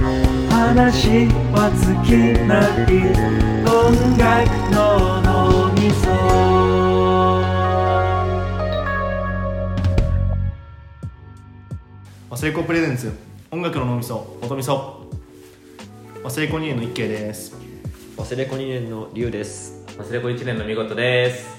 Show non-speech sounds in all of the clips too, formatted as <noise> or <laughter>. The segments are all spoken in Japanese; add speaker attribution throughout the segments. Speaker 1: 話は尽きない音楽の脳みそ
Speaker 2: まあ、成功プレゼンツ音楽の脳みそ音みそ、まあ、成功2年の一慶です
Speaker 3: 忘れ子2年の龍です
Speaker 4: 忘れ子一年の見事です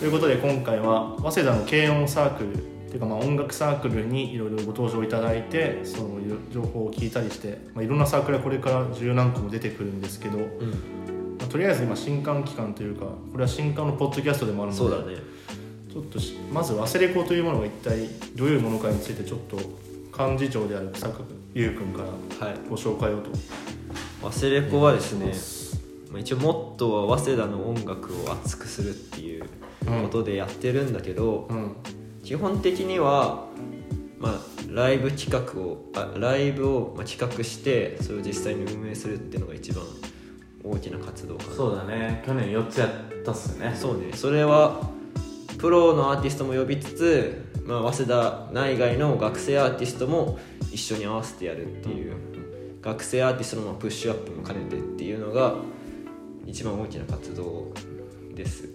Speaker 2: ということで今回は早稲田の軽音サークルっていうかまあ音楽サークルにいろいろご登場いただいてそういう情報を聞いたりして、まあ、いろんなサークルがこれから十何個も出てくるんですけど、まあとりあえず今新刊期間というかこれは新刊のポッドキャストでもあるので
Speaker 3: そうだね
Speaker 2: ちょっとしまず忘れ子というものが一体どういうものかについてちょっと幹事長である佐久優君から
Speaker 3: はい
Speaker 2: ご紹介をと。
Speaker 3: 忘れ子はですね、まあ、一応モットーは早稲田の音楽を熱くするっていうことでやってるんだけど、
Speaker 2: うん
Speaker 3: 基本的には、まあ、ライブ企画をあライブをまあ企画してそれを実際に運営するっていうのが一番大きな活動かな
Speaker 4: そうだね去年4つやったっすね
Speaker 3: そうねそれはプロのアーティストも呼びつつ、まあ、早稲田内外の学生アーティストも一緒に合わせてやるっていう、学生アーティストのまあプッシュアップも兼ねてっていうのが一番大きな活動です、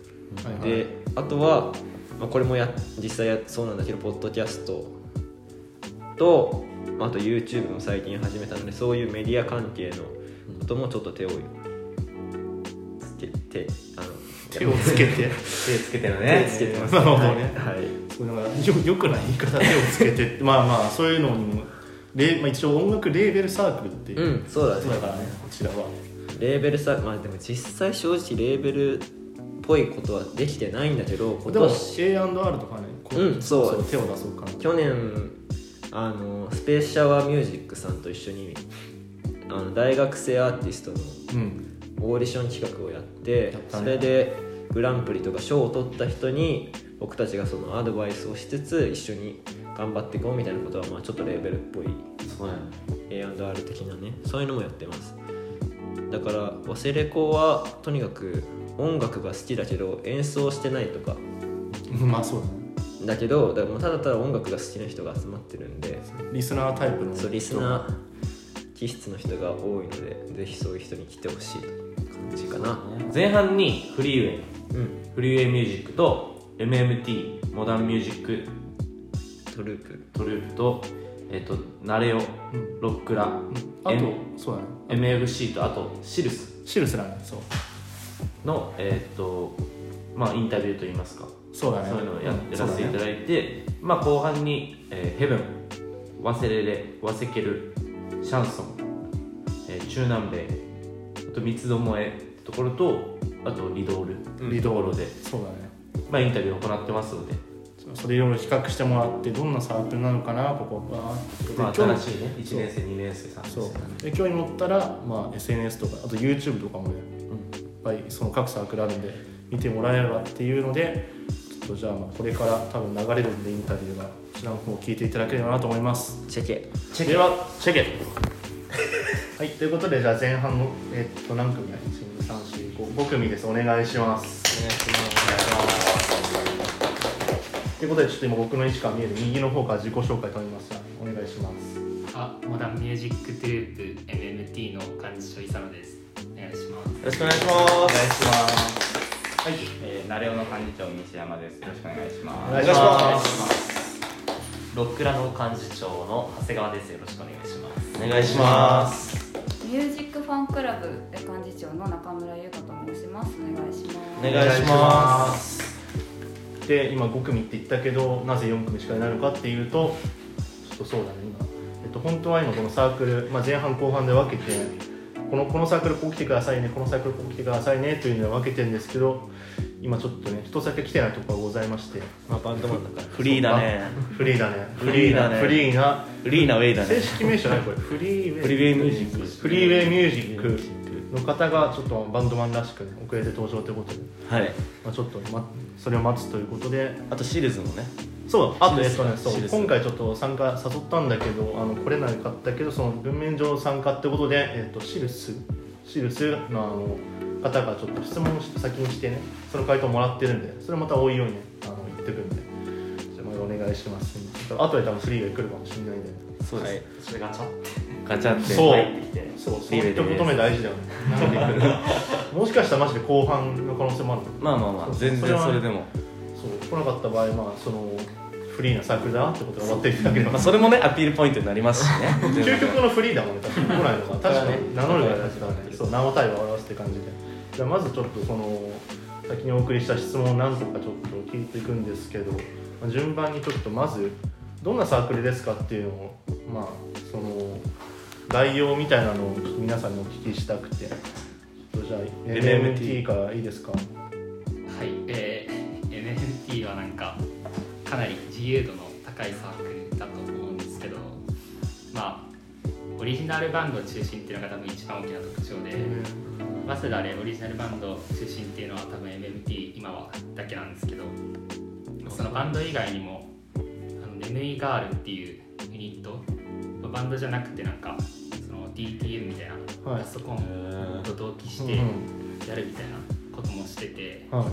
Speaker 2: はいはい
Speaker 3: であとは、まあ、これもや実際やそうなんだけどポッドキャストとまああと YouTube も最近始めたのでそういうメディア関係のこともちょっと手をつけてあの
Speaker 2: 手をつけて
Speaker 4: 手つけてる
Speaker 3: <laughs> 手
Speaker 4: ね
Speaker 3: つけてます
Speaker 2: なるほどね
Speaker 3: はい
Speaker 2: そうなんかよよくない言い方手をつけ
Speaker 3: <laughs>
Speaker 2: てまあまあそういうのにもレ、まあ、一応音楽レーベルサークルっていううん
Speaker 3: <laughs> そうだ
Speaker 2: こと
Speaker 3: ね
Speaker 2: だからねこちらは
Speaker 3: レーベルさまあでも実際正直レーベルっぽいことはできてないんだけど今
Speaker 2: でも
Speaker 3: 年
Speaker 2: A&R とかねこ
Speaker 3: うんそう
Speaker 2: 手を出そうかな
Speaker 3: 去年あのスペースシャワーミュージックさんと一緒にあの大学生アーティストの
Speaker 2: うん <laughs>
Speaker 3: オーディション企画をやって
Speaker 2: やった
Speaker 3: そ
Speaker 2: ね
Speaker 3: れでグランプリとか賞を取った人に僕たちがそのアドバイスをしつつ一緒に頑張っていこうみたいなことはまあちょっとレーベルっぽい
Speaker 4: そうや
Speaker 3: A&R 的なねそういうのもやってますだから忘れ子はとにかく音楽が好きだけど演奏してないとか
Speaker 2: うんまあそうだね
Speaker 3: だけどだからもうただただ音楽が好きな人が集まってるんで
Speaker 2: リスナータイプの
Speaker 3: そうリスナー気質の人が多いのでぜひそういう人に来てほしいという感じかな
Speaker 4: 前半にフリーウェイ
Speaker 3: うん
Speaker 4: フリーウェイミュージックと MMT モダンミュージック
Speaker 3: トループ
Speaker 4: トループとえっ、とナレオ
Speaker 2: ん
Speaker 4: ロックラ、
Speaker 2: あと
Speaker 4: M-
Speaker 2: そうだね
Speaker 4: MFC とあとシルス
Speaker 2: シルスだねそう
Speaker 4: のえっ、とまあインタビューといいますか
Speaker 2: そうだね
Speaker 4: そういうのをや,、
Speaker 2: うん
Speaker 4: やらせていただいて、まあ後半に、えーヘブン忘れれ忘けるシャンソン、えー中南米あと三つどもえってところとあとリドール
Speaker 2: そうだねリドー
Speaker 4: ところで、
Speaker 2: そうだね
Speaker 4: まあ、インタビューを行ってますので、
Speaker 2: そうそれいろいろ比較してもらってどんなサークルなのかなここは
Speaker 4: まあ、
Speaker 2: で
Speaker 4: 新
Speaker 2: 今
Speaker 4: し
Speaker 2: 日
Speaker 4: いね1年生2年生3年生
Speaker 2: そうで興味持ったら、まあ、SNS とかあと YouTube とかもね、いっぱいその各サークルあるんで見てもらえればっていうのでちょっとじゃあまあこれから多分流れるんでインタビューがこちらの方を聞いていただければなと思います
Speaker 3: チェケ
Speaker 2: ではチェケ <laughs> はいということでじゃあ前半のえっと何組だ12345組ですお願いしますお願いしますということでちょっと今僕の位置から見える右の方から自己紹介とりますお願いします
Speaker 5: あ、モダンミュージックトゥループ MMT の幹事長イサノです。お願いします。
Speaker 6: よろしくお願いします。
Speaker 2: はい
Speaker 6: えー、ナレオの幹事長西山です。よろしくお願いします。。
Speaker 2: お願いします
Speaker 5: ロックラの幹事長の長谷川です。よろしくお願いします。
Speaker 4: お願いします
Speaker 7: ミュージックファンクラブ幹事長の中村優香と申します。お願いします。
Speaker 4: お願いします
Speaker 2: で今5組って言ったけどなぜ4組しかいないのかっていうとちょっとそうだね今、えっと、本当は今このサークル、まあ、前半後半で分けてこのこのサークルこう来てくださいねこのサークルこう来てくださいねというのは分けてるんですけど今ちょっとね人先来てないところがございまして
Speaker 3: まあバンドマンだから
Speaker 6: フリーだね。
Speaker 2: フリーだね
Speaker 6: フリーだね
Speaker 2: フリーな
Speaker 6: フリーなウェイ
Speaker 4: <laughs>
Speaker 6: だ
Speaker 2: 正
Speaker 6: ね。
Speaker 2: 式名称ないこれフリーウェイ
Speaker 6: フリーウェイミュージック
Speaker 2: フリーウェイミュージックの方がちょっとバンドマンらしくね遅れて登場ということで、
Speaker 6: はい。
Speaker 2: まあ、ちょっと、ま、それを待つということで
Speaker 6: あとシルズもね。
Speaker 2: そうあとえっとね
Speaker 6: シ
Speaker 2: そう
Speaker 6: リーズ
Speaker 2: 今回ちょっと参加誘ったんだけどあの来れなかったけどその文面上参加ってことで、えっと、シルスシルスのあの方がちょっと質問を先にしてねその回答もらってるんでそれまたおいおいねあの言ってくるんでじゃあまたお願いしますと後で多分フリーが来るかもしれないんで
Speaker 4: そうです、
Speaker 5: それがちょっと
Speaker 4: ガチャって
Speaker 2: そう
Speaker 4: 入ってきて
Speaker 2: そうそう
Speaker 4: フリー
Speaker 2: い
Speaker 4: で
Speaker 2: ったこと目大事だよねなんで来る <laughs> もしかしたらマジで後半の可能性もある
Speaker 6: まあまあまあ
Speaker 2: そう
Speaker 6: 全
Speaker 2: それ
Speaker 6: 然
Speaker 2: は
Speaker 6: それでも
Speaker 2: そう来なかった場合まあそのフリーなサークルだなってことが分かっていただければ
Speaker 6: まあそれもねアピールポイントになりますし
Speaker 4: <laughs>
Speaker 6: ね
Speaker 2: 究極のフリーだもんね、確かに来ないのが、確かに名乗るぐらいだったんで、そう、名を体を表すって感じで、じゃあまずちょっと、この先にお送りした質問を何とかちょっと聞いていくんですけど、まあ順番にちょっとまず、どんなサークルですかっていうのを、まあ、その概要みたいなのをちょっと皆さんにお聞きしたくて、ちょっとじゃあ、NMT からいいですか。
Speaker 5: はいえー、NFT はなんかかなり自由度の高いサークルだと思うんですけどまあオリジナルバンド中心っていうのが多分一番大きな特徴で早稲田でオリジナルバンド中心っていうのは多分 MMT 今はだけなんですけどそのバンド以外にもあの眠いガールっていうユニットまあバンドじゃなくてなんかその DTM みたいな
Speaker 2: はい
Speaker 5: パソコンと同期して
Speaker 2: うん
Speaker 5: やるみたいなこともしてて。
Speaker 2: はい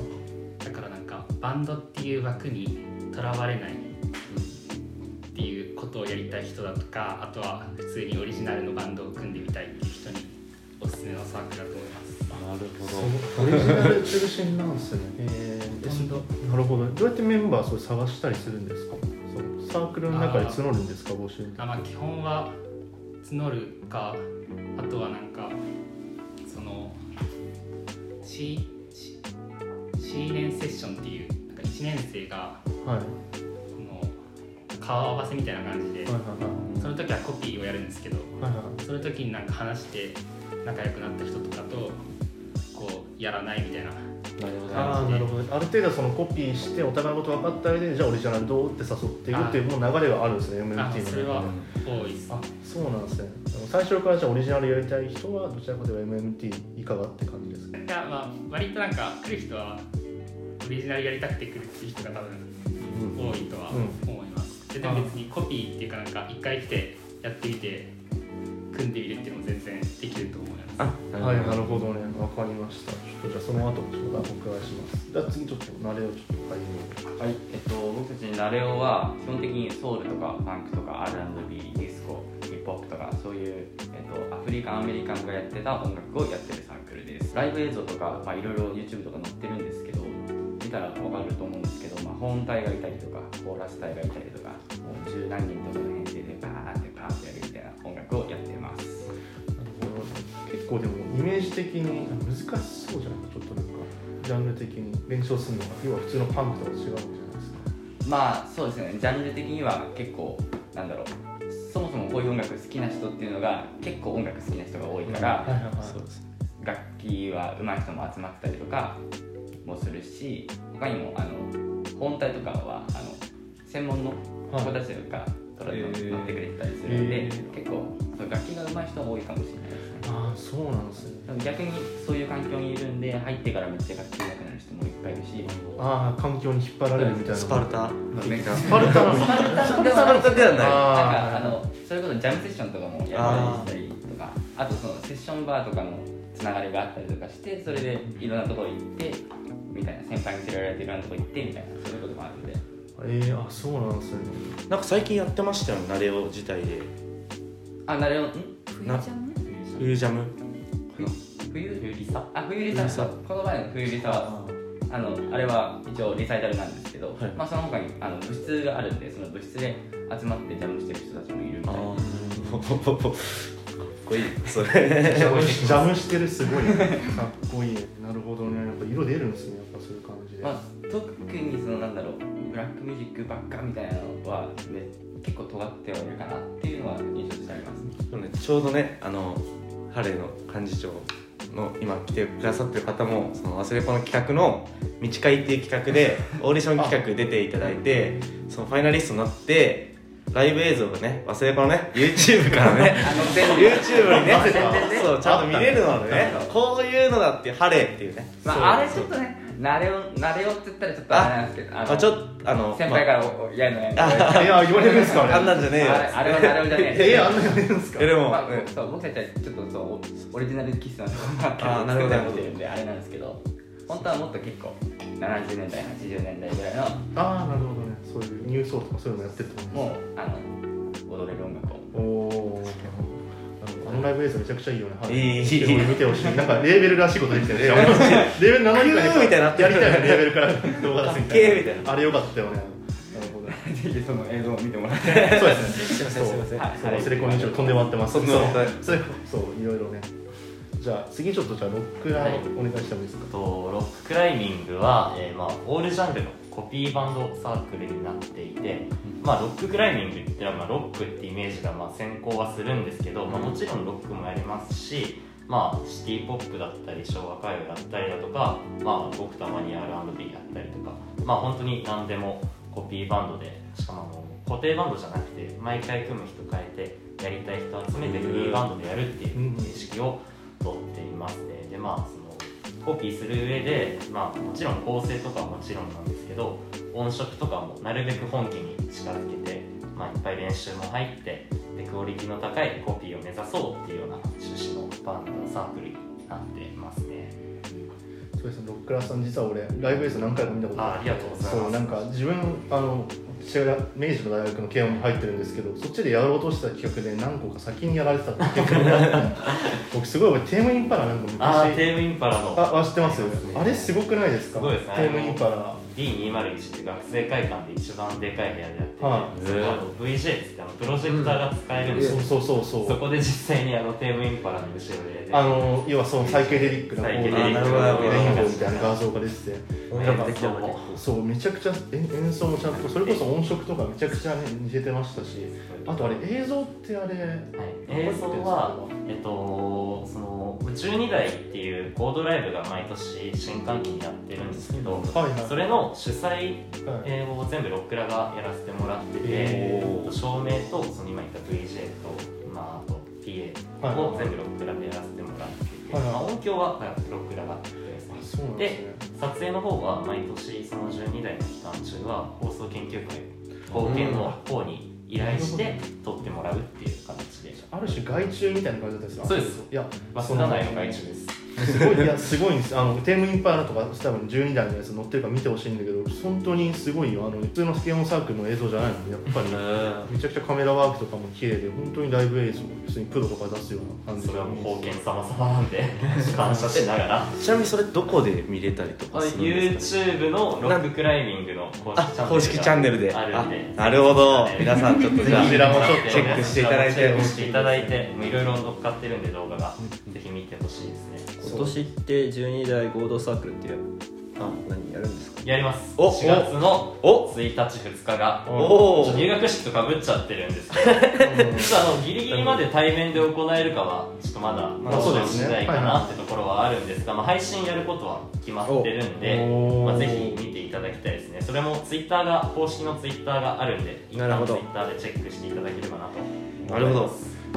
Speaker 5: だからなんかバンドっていう枠にとらわれないっていうことをやりたい人だとかあとは普通にオリジナルのバンドを組んでみたいっていう人におすすめのサークルだと思いま
Speaker 4: なる
Speaker 2: オリジナル中心なんですね。え
Speaker 5: バンド
Speaker 2: ー、なるほど。どうやってメンバーそう探したりするんですか。そうサークルの中で募るんですか募集
Speaker 5: すあ、まあ、基本は募るかあとはなんかその C, C, C 年セッションっていうなんか1年生が
Speaker 2: はい。はい
Speaker 5: この顔合わせみたいな感じで
Speaker 2: はい
Speaker 5: その時はコピーをやるんですけど
Speaker 2: はい。はいは
Speaker 5: その時になんか話して仲良くなった人とかとこうやらないみたいな
Speaker 2: ああーなるほどある程度そのコピーしてお互いのこと分かった上でじゃあオリジナルどうって誘っていくっていうもう流れはあるんですね MMT の
Speaker 5: あ
Speaker 2: 中で
Speaker 5: それは多いです
Speaker 2: あそうなんですねでも最初からじゃあオリジナルやりたい人はどちらかというと MMT いかがって感じですか
Speaker 5: いやまあ割となんか来る人はオリジナルやりたくて来るっていう人が多分多いとは思います、ででも別にコピーっていうかなんか一回来てやってみて組んでみるっていうのも全然できると思います
Speaker 2: はい、なるほどね、わかりました。ちょっとじゃあその後ちょっとお伺いします。じゃあ次ちょっと慣れをちょっと変えよ
Speaker 6: はい
Speaker 8: えっと、僕たちナレオは基本的にソウルとかファンクとか R&B ディスコヒップホップとかそういう、えっと、アフリカンアメリカンがやってた音楽をやってるサークルですライブ映像とか、まあ、いろいろ YouTube とか載ってるんですけど見たら分かると思うんですけど、まあ、本隊がいたりとかコーラス隊がいたりとかもう十何人とかの編成でバーってパーってやるみたいな音楽をやってます
Speaker 2: う。なるほど結構でもイメージ的に難しそうじゃないか、ちょっとなんかジャンル的に弁償するのが要は普通のパンクとは違うんじゃないですか。
Speaker 8: まあそうですねジャンル的には結構なんだろうそもそもこういう音楽好きな人っていうのが結構音楽好きな人が多いから、
Speaker 2: はいはいはい。
Speaker 6: そうです
Speaker 8: 楽器は上手い人も集まったりとかもするし他にもあの本体とかはあの専門の
Speaker 2: はい
Speaker 8: 子たちがトライ
Speaker 6: へ
Speaker 8: を
Speaker 6: ー
Speaker 8: 乗ってくれてたりするんで、
Speaker 2: へー
Speaker 8: 結構そう楽器が上手い人が多いかもしれないですね
Speaker 2: ああ、そうなんですね。
Speaker 8: でも逆にそういう環境にいるんで入ってからめっちゃ楽器上手くなる人もいっぱいいるし
Speaker 2: ああ、環境に引っ張られるみたいな。
Speaker 3: スパル。タ
Speaker 8: なんか
Speaker 2: スパルタなんですね。
Speaker 8: なん
Speaker 3: スパルタではない
Speaker 8: かあ
Speaker 2: あ
Speaker 8: のそれこそジャムセッションとかもやったりしたりとかあとそのセッションバーとかのつながりがあったりとかしてそれでいろんなところ行ってみたいな先輩に連れられていろんなところ行ってみたいなそういうこともあるんで
Speaker 2: あ。ええー、あ、そうなんですね。
Speaker 6: なんか最近やってましたよねナレオ自体で
Speaker 8: あなるほどん
Speaker 6: な
Speaker 7: 冬ちゃんね
Speaker 6: 冬ジャム
Speaker 8: 冬冬リサあ冬リサ
Speaker 6: 冬リサ
Speaker 8: この前の冬リサはあのあれは一応リサイタルなんですけど、
Speaker 6: はい
Speaker 8: まあ、その他にあの部室があるんでその部室で集まってジャムしてる人たちもいるみ
Speaker 6: あ
Speaker 8: たいな
Speaker 6: ーポポポポかっこいいそれ
Speaker 2: ジャムジャムしてるすごい <laughs> ね。かっこいい。なるほどね。やっぱ色出るんですね。やっぱそういう感じで。
Speaker 8: まあ、特にそのなんだろうブラックミュージックばっかみたいなのは、ね、結構尖ってはいるかなっていうのは印象としてありま
Speaker 6: <laughs>
Speaker 8: す、
Speaker 6: そうねちょうどねあのハレーの幹事長の今来てくださってる方もその忘れ子の企画の「道会」っていう企画でオーディション企画出ていただいてそのファイナリストになってライブ映像がね忘れ子のね YouTube からね YouTube にねそうちゃんと見れるのでねこういうのだってハレーっていうね
Speaker 8: まあ、あれちょっとね慣れを慣れをって言ったらちょっとあれなんですけどあ
Speaker 6: あ
Speaker 8: の
Speaker 6: ちょっとあの
Speaker 8: 先輩からお「おやるのやるの」あ
Speaker 2: いや、言われるんですかね。
Speaker 6: あんなんじゃねえよ
Speaker 8: れあれは慣れをじ
Speaker 6: <laughs>
Speaker 8: ゃね
Speaker 2: え
Speaker 8: え
Speaker 2: あんなんじゃねえんですか
Speaker 6: えでも、
Speaker 8: まあ、そう僕たちはちょっとそうオリジナルキスなのがあって
Speaker 6: あーなるほど
Speaker 8: 作ったりもしてるんであれなんですけど本当はもっと結構70年代80年代ぐらいの
Speaker 2: ああなるほどねそういうニュースオーとかそういうのやってると思う
Speaker 8: もうあの踊れる音楽を
Speaker 2: おおーあのライブ映像めちゃくちゃいいよね、はい
Speaker 6: いいい
Speaker 2: 見てほしい見
Speaker 6: <laughs>
Speaker 2: てほしいなんかレーベルらしいことできたよねレーベル7回
Speaker 6: キューみたいになって
Speaker 2: や
Speaker 6: る
Speaker 2: りたいよねレーベルから動画出すみた
Speaker 6: かっ
Speaker 2: いな
Speaker 6: けーみたい
Speaker 2: あれよかったよねなるほど
Speaker 8: <laughs> ぜひその映像を見てもらって
Speaker 2: そうですね。すみません、すみません。
Speaker 8: はい
Speaker 2: そう、忘れ込み以上飛んで回ってます。
Speaker 6: そんなことない
Speaker 2: そう、そう、いろいろね。じゃあ、次ちょっと、じゃあ、ロックラ
Speaker 9: はい
Speaker 2: ーお願いしてもいいですか。
Speaker 9: とロッククライミングは、えーまあ、オールジャンルのコピーバンドサークルになっていて、まあ、ロッククライミングっていうのは、まあ、ロックってイメージがまあ先行はするんですけど、まあ、もちろんロックもやりますし、まあ、シティ・ポップだったり昭和歌謡だったりだとか、まあ、僕たまに R&B だったりとか、まあ、本当に何でもコピーバンドでしかもあの固定バンドじゃなくて毎回組む人変えてやりたい人集めてフリーバンドでやるっていう形式を取っていますね。でまあそのコピーする上で、まあ、もちろん構成とかはもちろんなんですけど音色とかもなるべく本家に近づけて、まあ、いっぱい練習も入ってでクオリティの高いコピーを目指そうっていうような趣旨のバンドサークルになってますね
Speaker 2: そうですね、ロックラーさん、実は俺、ライブ映像何回も見たこと
Speaker 9: あありがとうございます
Speaker 2: そう、なんか、自分、あの。私が明治の大学の慶音に入ってるんですけどそっちでやろうとしてた企画で何個か先にやられてたっていう経験があ
Speaker 9: <laughs>
Speaker 2: って僕すごい俺テームインパラなんか昔
Speaker 9: あーテームインパラの
Speaker 2: ああ知ってますよ、
Speaker 9: ありますね
Speaker 2: あれすごくないですか
Speaker 9: すごいですね
Speaker 2: テームインパラ
Speaker 9: D201 って学生会館で一番でかい部屋でやってて、
Speaker 2: は
Speaker 9: そこあと VJ っつってあのプロジェクターが使えるんです
Speaker 2: そう
Speaker 9: よ、
Speaker 2: そうそうそう
Speaker 9: そこで実際にあのテーブルインパラの後ろで
Speaker 2: あの要はそのサイケデリックな
Speaker 9: サイケデリック
Speaker 2: こう
Speaker 9: な
Speaker 2: レインボーみたいな画像が出てて
Speaker 9: 音楽的なのも
Speaker 2: そうめちゃくちゃえ演奏もちゃんとそれこそ音色とかめちゃくちゃね似せてましたしあとあれ映像ってあれ
Speaker 9: はい、映像は、えっと、その宇宙二台っていうコードライブが毎年新歓期にやってるんですけど、
Speaker 2: はいはい
Speaker 9: それの主催
Speaker 2: はい
Speaker 9: えーを全部ロックラがやらせてもらってて
Speaker 2: へー
Speaker 9: 照明とその今言った VJ と、まあ、あと PA を全部ロックラでやらせてもらってて、
Speaker 2: はいはい
Speaker 9: まあ、音響ははいロックラがやってます
Speaker 2: あそうなんですね
Speaker 9: 撮影の方は毎年その12代の期間中は放送研究会貢献の方に依頼して撮ってもらうっていう形で
Speaker 2: ある種害虫みたいな感じだったんですか
Speaker 9: そうです
Speaker 2: いや
Speaker 9: バス
Speaker 2: その
Speaker 9: ナ内の外注です
Speaker 2: すごいいやすごいんですあのテームインパラとか多分12段のやつ載ってるから見てほしいんだけど本当にすごいよあの普通のスケモンサークルの映像じゃないのでやっぱりめちゃくちゃカメラワークとかも綺麗で本当にライブ映像普通にプロとか出すような感じ
Speaker 9: それはもう貢献様様なんで感謝しながら
Speaker 6: ちなみにそれどこで見れたりとかするんですか、ね、
Speaker 9: YouTube のロッククライミングの
Speaker 6: あ公式チャンネルで
Speaker 9: あるんで
Speaker 6: なるほど皆さんちょっとじゃあ
Speaker 2: こちらもちょっと
Speaker 6: チェックしていただい
Speaker 9: チ
Speaker 6: て
Speaker 9: ェックしていただいてもういろいろ乗っかってるんで動画がぜひ見てほしいですね
Speaker 3: 今年って12代合同サークルってやあ何やるんですか
Speaker 9: やります
Speaker 6: お
Speaker 9: 4月の
Speaker 6: お
Speaker 9: 1日2日が
Speaker 6: お
Speaker 9: ちょっと入学式とかぶっちゃってるんですけどちょっとあのギリギリまで対面で行えるかはちょっとまだ
Speaker 2: あそう
Speaker 9: 交
Speaker 2: で
Speaker 9: 渉し
Speaker 2: すね
Speaker 9: ないかなってところはあるんですが、まあ、配信やることは決まってるんで
Speaker 2: お
Speaker 9: まあ、ぜひ見ていただきたいですねそれもツイッターが公式のツイッターがあるんで一
Speaker 3: なる
Speaker 9: 旦
Speaker 3: ほ
Speaker 9: ツイ
Speaker 3: ど
Speaker 9: ッターでチェックしていただければなと
Speaker 6: なるほど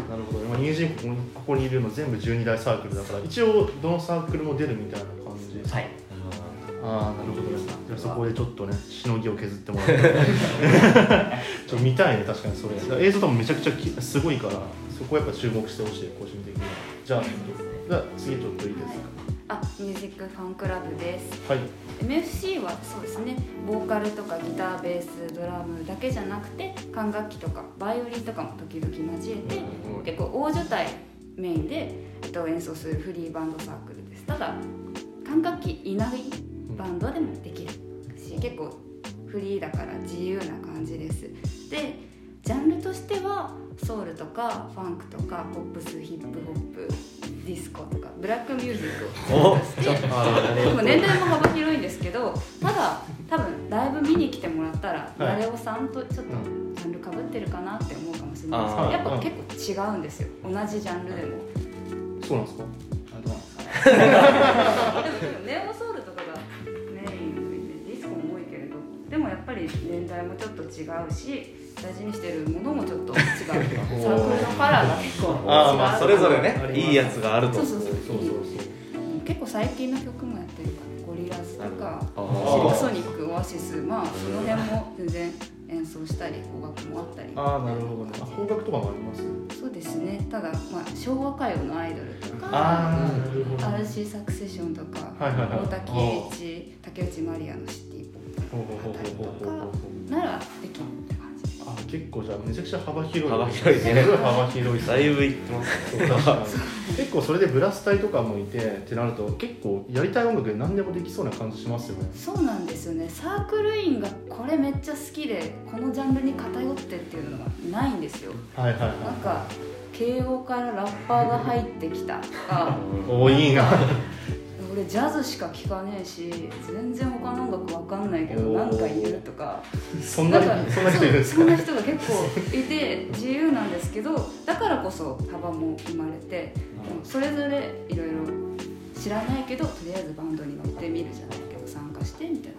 Speaker 2: なるほど、ね、まあニュージーここにここにいるの全部12大サークルだから一応どのサークルも出るみたいな感じ
Speaker 9: はい
Speaker 2: ああなるほどねじゃあそこでちょっとねしのぎを削ってもらって
Speaker 6: <laughs>
Speaker 2: ちょっと見たいね確かにそれだから映像とかもめちゃくちゃきすごいからそこはやっぱ注目してほしい個人的にはじゃあちょっとじゃあ次ちょっといいです
Speaker 7: あミュージックファンクラブです
Speaker 2: かはい
Speaker 7: MFC はそうですねボーカルとかギターベースドラムだけじゃなくて管楽器とかバイオリンとかも時々交えて結構大所帯メインで、えっと、演奏するフリーバンドサークルですただ管楽器いないバンドでもできるし結構フリーだから自由な感じですでジャンルとしてはソウルとかファンクとかポップスヒップホップディスコとかブラックミュージックをしてでも年代も幅広いんですけどただ多分ライブ見に来てもらったら
Speaker 2: はい
Speaker 7: 誰レオさんとちょっとジャンルかぶってるかなって思うかもしれないですけ
Speaker 2: あ
Speaker 7: ど
Speaker 2: ー
Speaker 7: やっぱ結構違うんですよ同じジャンルでも
Speaker 2: そうなんですか
Speaker 8: あどうなんですかね
Speaker 7: でもネオソウルとかがメインでディスコも多いけれどでもやっぱり年代もちょっと違うし大事にしてるものもちょっと違うサークルのカラーが結構違う
Speaker 6: あーまあそれぞれ
Speaker 2: あ
Speaker 6: ね
Speaker 2: ります
Speaker 6: いいやつがあると
Speaker 7: そうそうそう
Speaker 2: そうそうそう
Speaker 7: 結構最近の曲もやってるからゴリラスとか
Speaker 6: あ
Speaker 7: シルク
Speaker 6: ー
Speaker 7: ソニックオアシスまあその辺も全然演奏したり邦楽もあったり
Speaker 2: ああなるほどねあ方角とかもありますね
Speaker 7: そうですですねただ、まあ、昭和歌謡のアイドルとか
Speaker 2: ああなるほど
Speaker 7: RC サクセションとか
Speaker 2: はいはいはい
Speaker 7: 大滝栄一竹内まりやのシティポ
Speaker 2: ほ
Speaker 7: ップ
Speaker 2: うほうほうほうほうほう
Speaker 7: ならできるって感じです
Speaker 2: あ結構じゃあめちゃくちゃ幅広い
Speaker 6: 幅広いね
Speaker 2: すごい幅広い
Speaker 6: だいぶいってますね
Speaker 2: そう確かに結構それでブラス隊とかもいてってなると結構やりたい音楽で何でもできそうな感じしますよね
Speaker 7: そうなんですよねサークル員がこれめっちゃ好きでこのジャンルに偏ってっていうのがないんですよ
Speaker 2: はいはいはい
Speaker 7: なんか慶応からラッパーが入ってきたとか
Speaker 2: おいいな
Speaker 7: 俺ジャズしか聴かねえし全然他の音楽わかんないけど
Speaker 2: おー
Speaker 7: なんかいるとか
Speaker 2: <laughs> そんな
Speaker 7: なんか
Speaker 2: そんな人いるんですか
Speaker 7: そうそんな人が結構いて自由なんですけどだからこそ幅も生まれてもうそれぞれいろいろ知らないけどとりあえずバンドに乗ってみるじゃないけど参加してみたい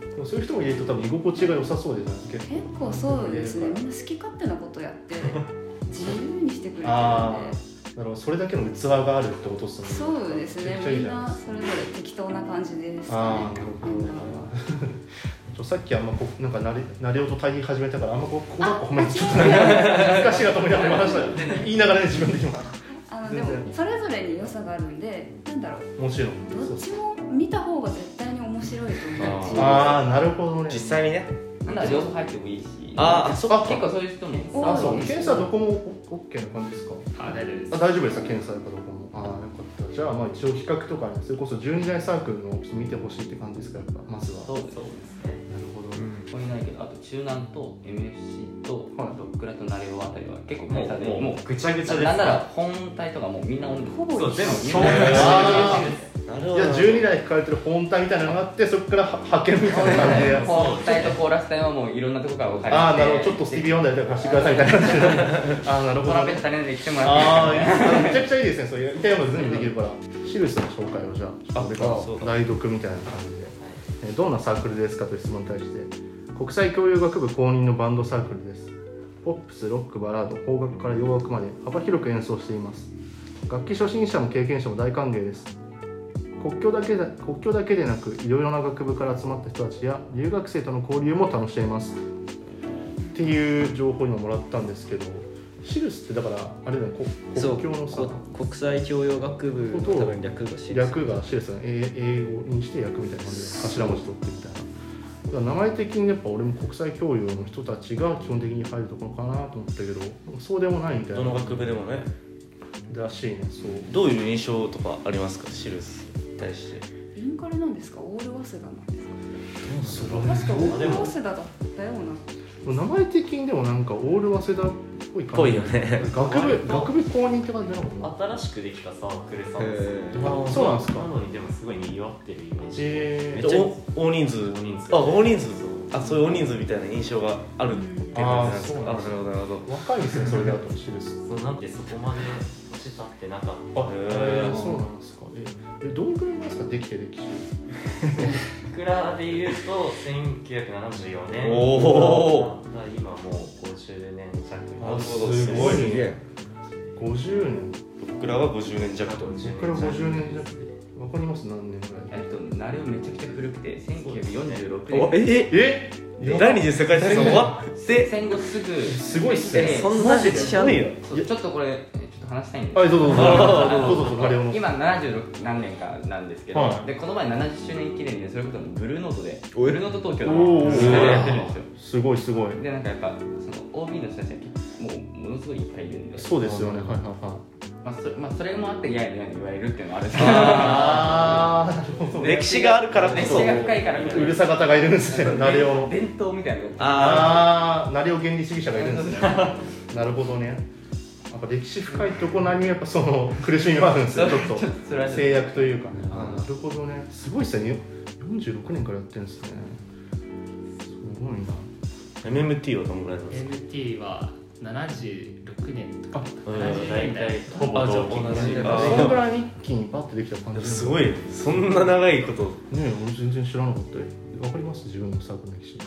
Speaker 7: な
Speaker 2: でもそういう人もいると多分居心地が良さそうじゃないですか結構
Speaker 7: 結構そうですねみんな好き勝手なことやって自由にしてくれてるので。
Speaker 2: だからそれだけの器があるってことっすもんね
Speaker 7: そうです
Speaker 2: めち
Speaker 7: ね
Speaker 2: ゃくちゃい
Speaker 7: み
Speaker 2: い
Speaker 7: ん
Speaker 2: じゃない
Speaker 7: な
Speaker 2: ですか
Speaker 7: それぞれ適当な感じです
Speaker 2: あ
Speaker 7: か
Speaker 2: あ
Speaker 7: ね
Speaker 2: なるほ <laughs> どちょさっきあんまこなんか慣れ慣れようと対比始めたからあんまこここだっこ褒めちょっと恥ずかしいなと思いながら話した言いながらね自分で今
Speaker 7: あのでもそれぞれに良さがあるんでなんだろう
Speaker 2: もちろん
Speaker 7: どっちも見た方が絶対に面白いと思うし
Speaker 2: ああなるほどね
Speaker 6: 実際にね
Speaker 8: なんなら両方入ってもいいし
Speaker 6: ああ
Speaker 2: そっか
Speaker 8: 結構そういう人も
Speaker 7: 多い
Speaker 2: あそう検査どこもオッケーな感じですか
Speaker 5: あ大丈夫です
Speaker 2: あ大丈夫ですか検査やっぱどこもああよかったじゃあまあ一応比較とかねそれこそ12代サークルのをちょっと見てほしいって感じですかやっぱまずは
Speaker 8: そうですね
Speaker 2: なるほど
Speaker 8: ここにないけどあと中南と MFC と
Speaker 2: はい
Speaker 8: ドッグラとナレオあたりは結構
Speaker 9: も
Speaker 8: 会社
Speaker 9: う
Speaker 8: で
Speaker 9: もうもうぐちゃぐちゃです
Speaker 8: なんなら本体とかもうみんな同じ
Speaker 7: ほぼ
Speaker 9: そう全部
Speaker 8: そう
Speaker 9: 共有
Speaker 2: あ
Speaker 6: なる
Speaker 2: いや12代控えてる本体みたいなのがあってそこからは派遣みたいな感じで
Speaker 8: 本体とコーラス隊はもういろんなとこから借りて
Speaker 2: ああなるほどちょっとスティービー・ワンダーとか貸してくださいみたいな感じでああなるほ
Speaker 8: ト
Speaker 2: ど
Speaker 8: ラ
Speaker 2: ね
Speaker 8: ベッタ連で来てもら
Speaker 2: あ
Speaker 8: って
Speaker 2: あめちゃくちゃいいですねそれ痛いもの全部できるからシルスの紹介をじゃあこれから
Speaker 6: そうか
Speaker 2: 代読みたいな感じで、えーどんなサークルですかという質問に対して国際教養学部公認のバンドサークルですポップスロックバラード邦楽から洋楽まで幅広く演奏しています楽器初心者も経験者も大歓迎です国境だけだ国境だけでなくいろいろな学部から集まった人たちや留学生との交流も楽しめますっていう情報今もらったんですけどシルスってだからあれだよこ
Speaker 3: そう
Speaker 2: 国境のさ
Speaker 3: こ国際教養学部の多分略が知る
Speaker 2: 略がシルスの英英語にして訳みたいな感じで頭文字取ってみたいな。だから名前的にやっぱ俺も国際教養の人たちが基本的に入るところかなと思ったけどそうでもないみたいな
Speaker 6: どの学部でもね
Speaker 2: らしいねそう
Speaker 6: どういう印象とかありますかシルスに対して
Speaker 7: インカレなんですかオール早稲田なんですか
Speaker 2: そ
Speaker 7: 確かオー
Speaker 9: で
Speaker 7: ル
Speaker 9: も
Speaker 7: 早稲田だったよう
Speaker 2: 名
Speaker 7: な
Speaker 2: 前的にでもなんかオール早稲田っぽい感じ
Speaker 6: ぽいよね
Speaker 2: 学部学部公認って感じなのかな
Speaker 9: 新しくできたサークルさんですよ
Speaker 6: へ
Speaker 2: ーあそうなんですか
Speaker 9: なのにでもすごい賑わってるイメージ
Speaker 2: え
Speaker 6: じゃあお大人数
Speaker 9: 大人数
Speaker 6: あ大人数あそういう大人数みたいな印象があるっていう感じなんですか
Speaker 2: あーそう
Speaker 6: あ
Speaker 2: なん
Speaker 6: なる
Speaker 2: です
Speaker 6: ほどなるほど
Speaker 2: ー若いですねそれであとシルス
Speaker 9: そうなんでそこまで年経ってなかった
Speaker 2: あ
Speaker 6: へ
Speaker 2: え
Speaker 6: ー
Speaker 2: そうなんですかええどんぐらいなんですかできて歴史
Speaker 9: 僕らで言うと1974年
Speaker 6: お
Speaker 9: だから今もう50年弱
Speaker 6: なるほど
Speaker 2: すごいね
Speaker 6: すげえ
Speaker 2: 50年
Speaker 6: 僕らは50年弱と
Speaker 2: 僕ら50年弱わかります何年ぐら
Speaker 8: え
Speaker 2: い
Speaker 8: っとナレオめちゃくちゃ古くて1946
Speaker 6: お
Speaker 8: 年
Speaker 6: え
Speaker 2: え
Speaker 6: え第二次世界大戦終わって
Speaker 8: 戦後すぐ
Speaker 2: すごいっすね
Speaker 8: で
Speaker 3: そんな歴史あんの
Speaker 8: そうちょっとこれえちょっと話したいんです
Speaker 2: はいどうぞどうぞ
Speaker 8: あ
Speaker 2: どうぞどうぞ
Speaker 8: の
Speaker 2: マリオの
Speaker 8: 今76何年かなんですけど、
Speaker 2: はい
Speaker 8: でこの前70周年記念でそれこそブルーノートで
Speaker 6: お
Speaker 8: ブ
Speaker 6: え
Speaker 8: ルーノート東京
Speaker 2: お
Speaker 8: の
Speaker 2: ー
Speaker 8: それでやってるんですよ
Speaker 2: すごいすごい
Speaker 8: でなんかやっぱその OB の人たちが結構もうものすごいいっぱいいるんで
Speaker 2: そうですよねはいはいはい
Speaker 8: まあそまあ、それもあって嫌やみたいに言われるっていうのはあるんですけど
Speaker 2: ああなる <laughs> ほど
Speaker 6: 歴史があるからこ
Speaker 8: 歴
Speaker 6: そ
Speaker 8: 史が深いからこそう
Speaker 2: るさ方がいるんですねナレオの
Speaker 8: 伝統みたいなのが
Speaker 2: ああナレオ原理主義者がいるんです <laughs> ねなるほどねやっぱ歴史深いとこなにやっぱその苦しみもあるんですよちょっと
Speaker 8: それは
Speaker 2: 制約というかねあーなるほどねすごいっすねよ46年からやってるんですねすごいな
Speaker 6: MMT はどんぐらいなんです
Speaker 5: MT は76年とか70
Speaker 9: 大
Speaker 5: 年代
Speaker 9: 体ほぼ同期
Speaker 6: あー
Speaker 2: そのぐらいに一気にバッてできた感
Speaker 6: か
Speaker 2: じ
Speaker 6: す
Speaker 2: い
Speaker 6: ごいそんな長いこと
Speaker 2: ね俺全然知らなかったよわかります自分のサークルの歴史